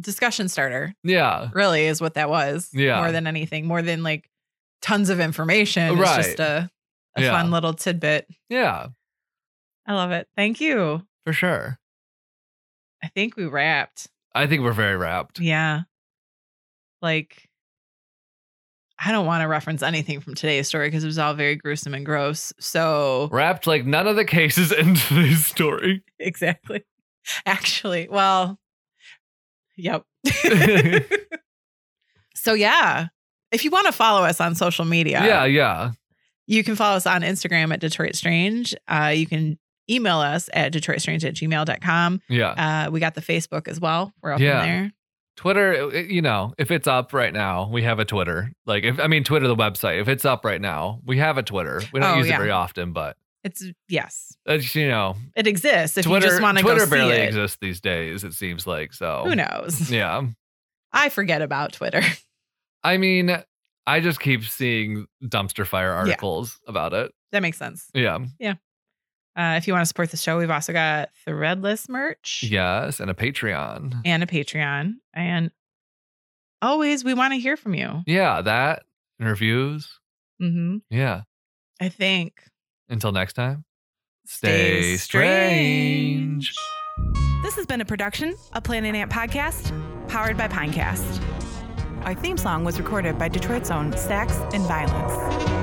Speaker 2: discussion starter.
Speaker 1: Yeah.
Speaker 2: Really is what that was.
Speaker 1: Yeah.
Speaker 2: More than anything, more than like tons of information.
Speaker 1: Right.
Speaker 2: It's just a, a
Speaker 1: Yeah.
Speaker 2: fun little tidbit.
Speaker 1: Yeah,
Speaker 2: I love it. Thank you.
Speaker 1: for sure.
Speaker 2: I think we wrapped.
Speaker 1: I think we're very wrapped.
Speaker 2: Yeah. Like, I don't want to reference anything from today's story because it was all very gruesome and gross. So,
Speaker 1: Wrapped like none of the cases in today's story.
Speaker 2: exactly. Actually, well, yep. so, yeah. If you want to follow us on social media,
Speaker 1: Yeah, yeah.
Speaker 2: you can follow us on Instagram at Detroit Strange. Uh, you can email us at DetroitStrange at gmail.com.
Speaker 1: Yeah.
Speaker 2: Uh, we got the Facebook as well. We're up
Speaker 1: Yeah.
Speaker 2: in there.
Speaker 1: Twitter, it- it- you know, if it's up right now, we have a Twitter. Like, if I mean, Twitter, the website, if it's up right now, we have a Twitter. We don't
Speaker 2: Oh,
Speaker 1: use it
Speaker 2: yeah.
Speaker 1: very often, but
Speaker 2: It's, yes,
Speaker 1: it's, you know,
Speaker 2: it exists. If
Speaker 1: Twitter,
Speaker 2: you just want to go
Speaker 1: Twitter
Speaker 2: see
Speaker 1: barely
Speaker 2: it.
Speaker 1: exists these days, it seems like. So,
Speaker 2: Who knows?
Speaker 1: yeah.
Speaker 2: I forget about Twitter.
Speaker 1: I mean, I just keep seeing dumpster fire articles about it.
Speaker 2: that makes sense.
Speaker 1: Yeah.
Speaker 2: Uh, if you want to support the show, we've also got Threadless merch
Speaker 1: Yes. And a Patreon.
Speaker 2: and a Patreon. And always, we want to hear from you.
Speaker 1: Yeah. That and reviews.
Speaker 2: hmm
Speaker 1: Yeah.
Speaker 2: I think.
Speaker 1: Until next time,
Speaker 2: Stay strange.
Speaker 1: strange.
Speaker 3: This has been a production, a Planet Ant podcast, powered by Pinecast. Our theme song was recorded by Detroit's own Sax and Violence.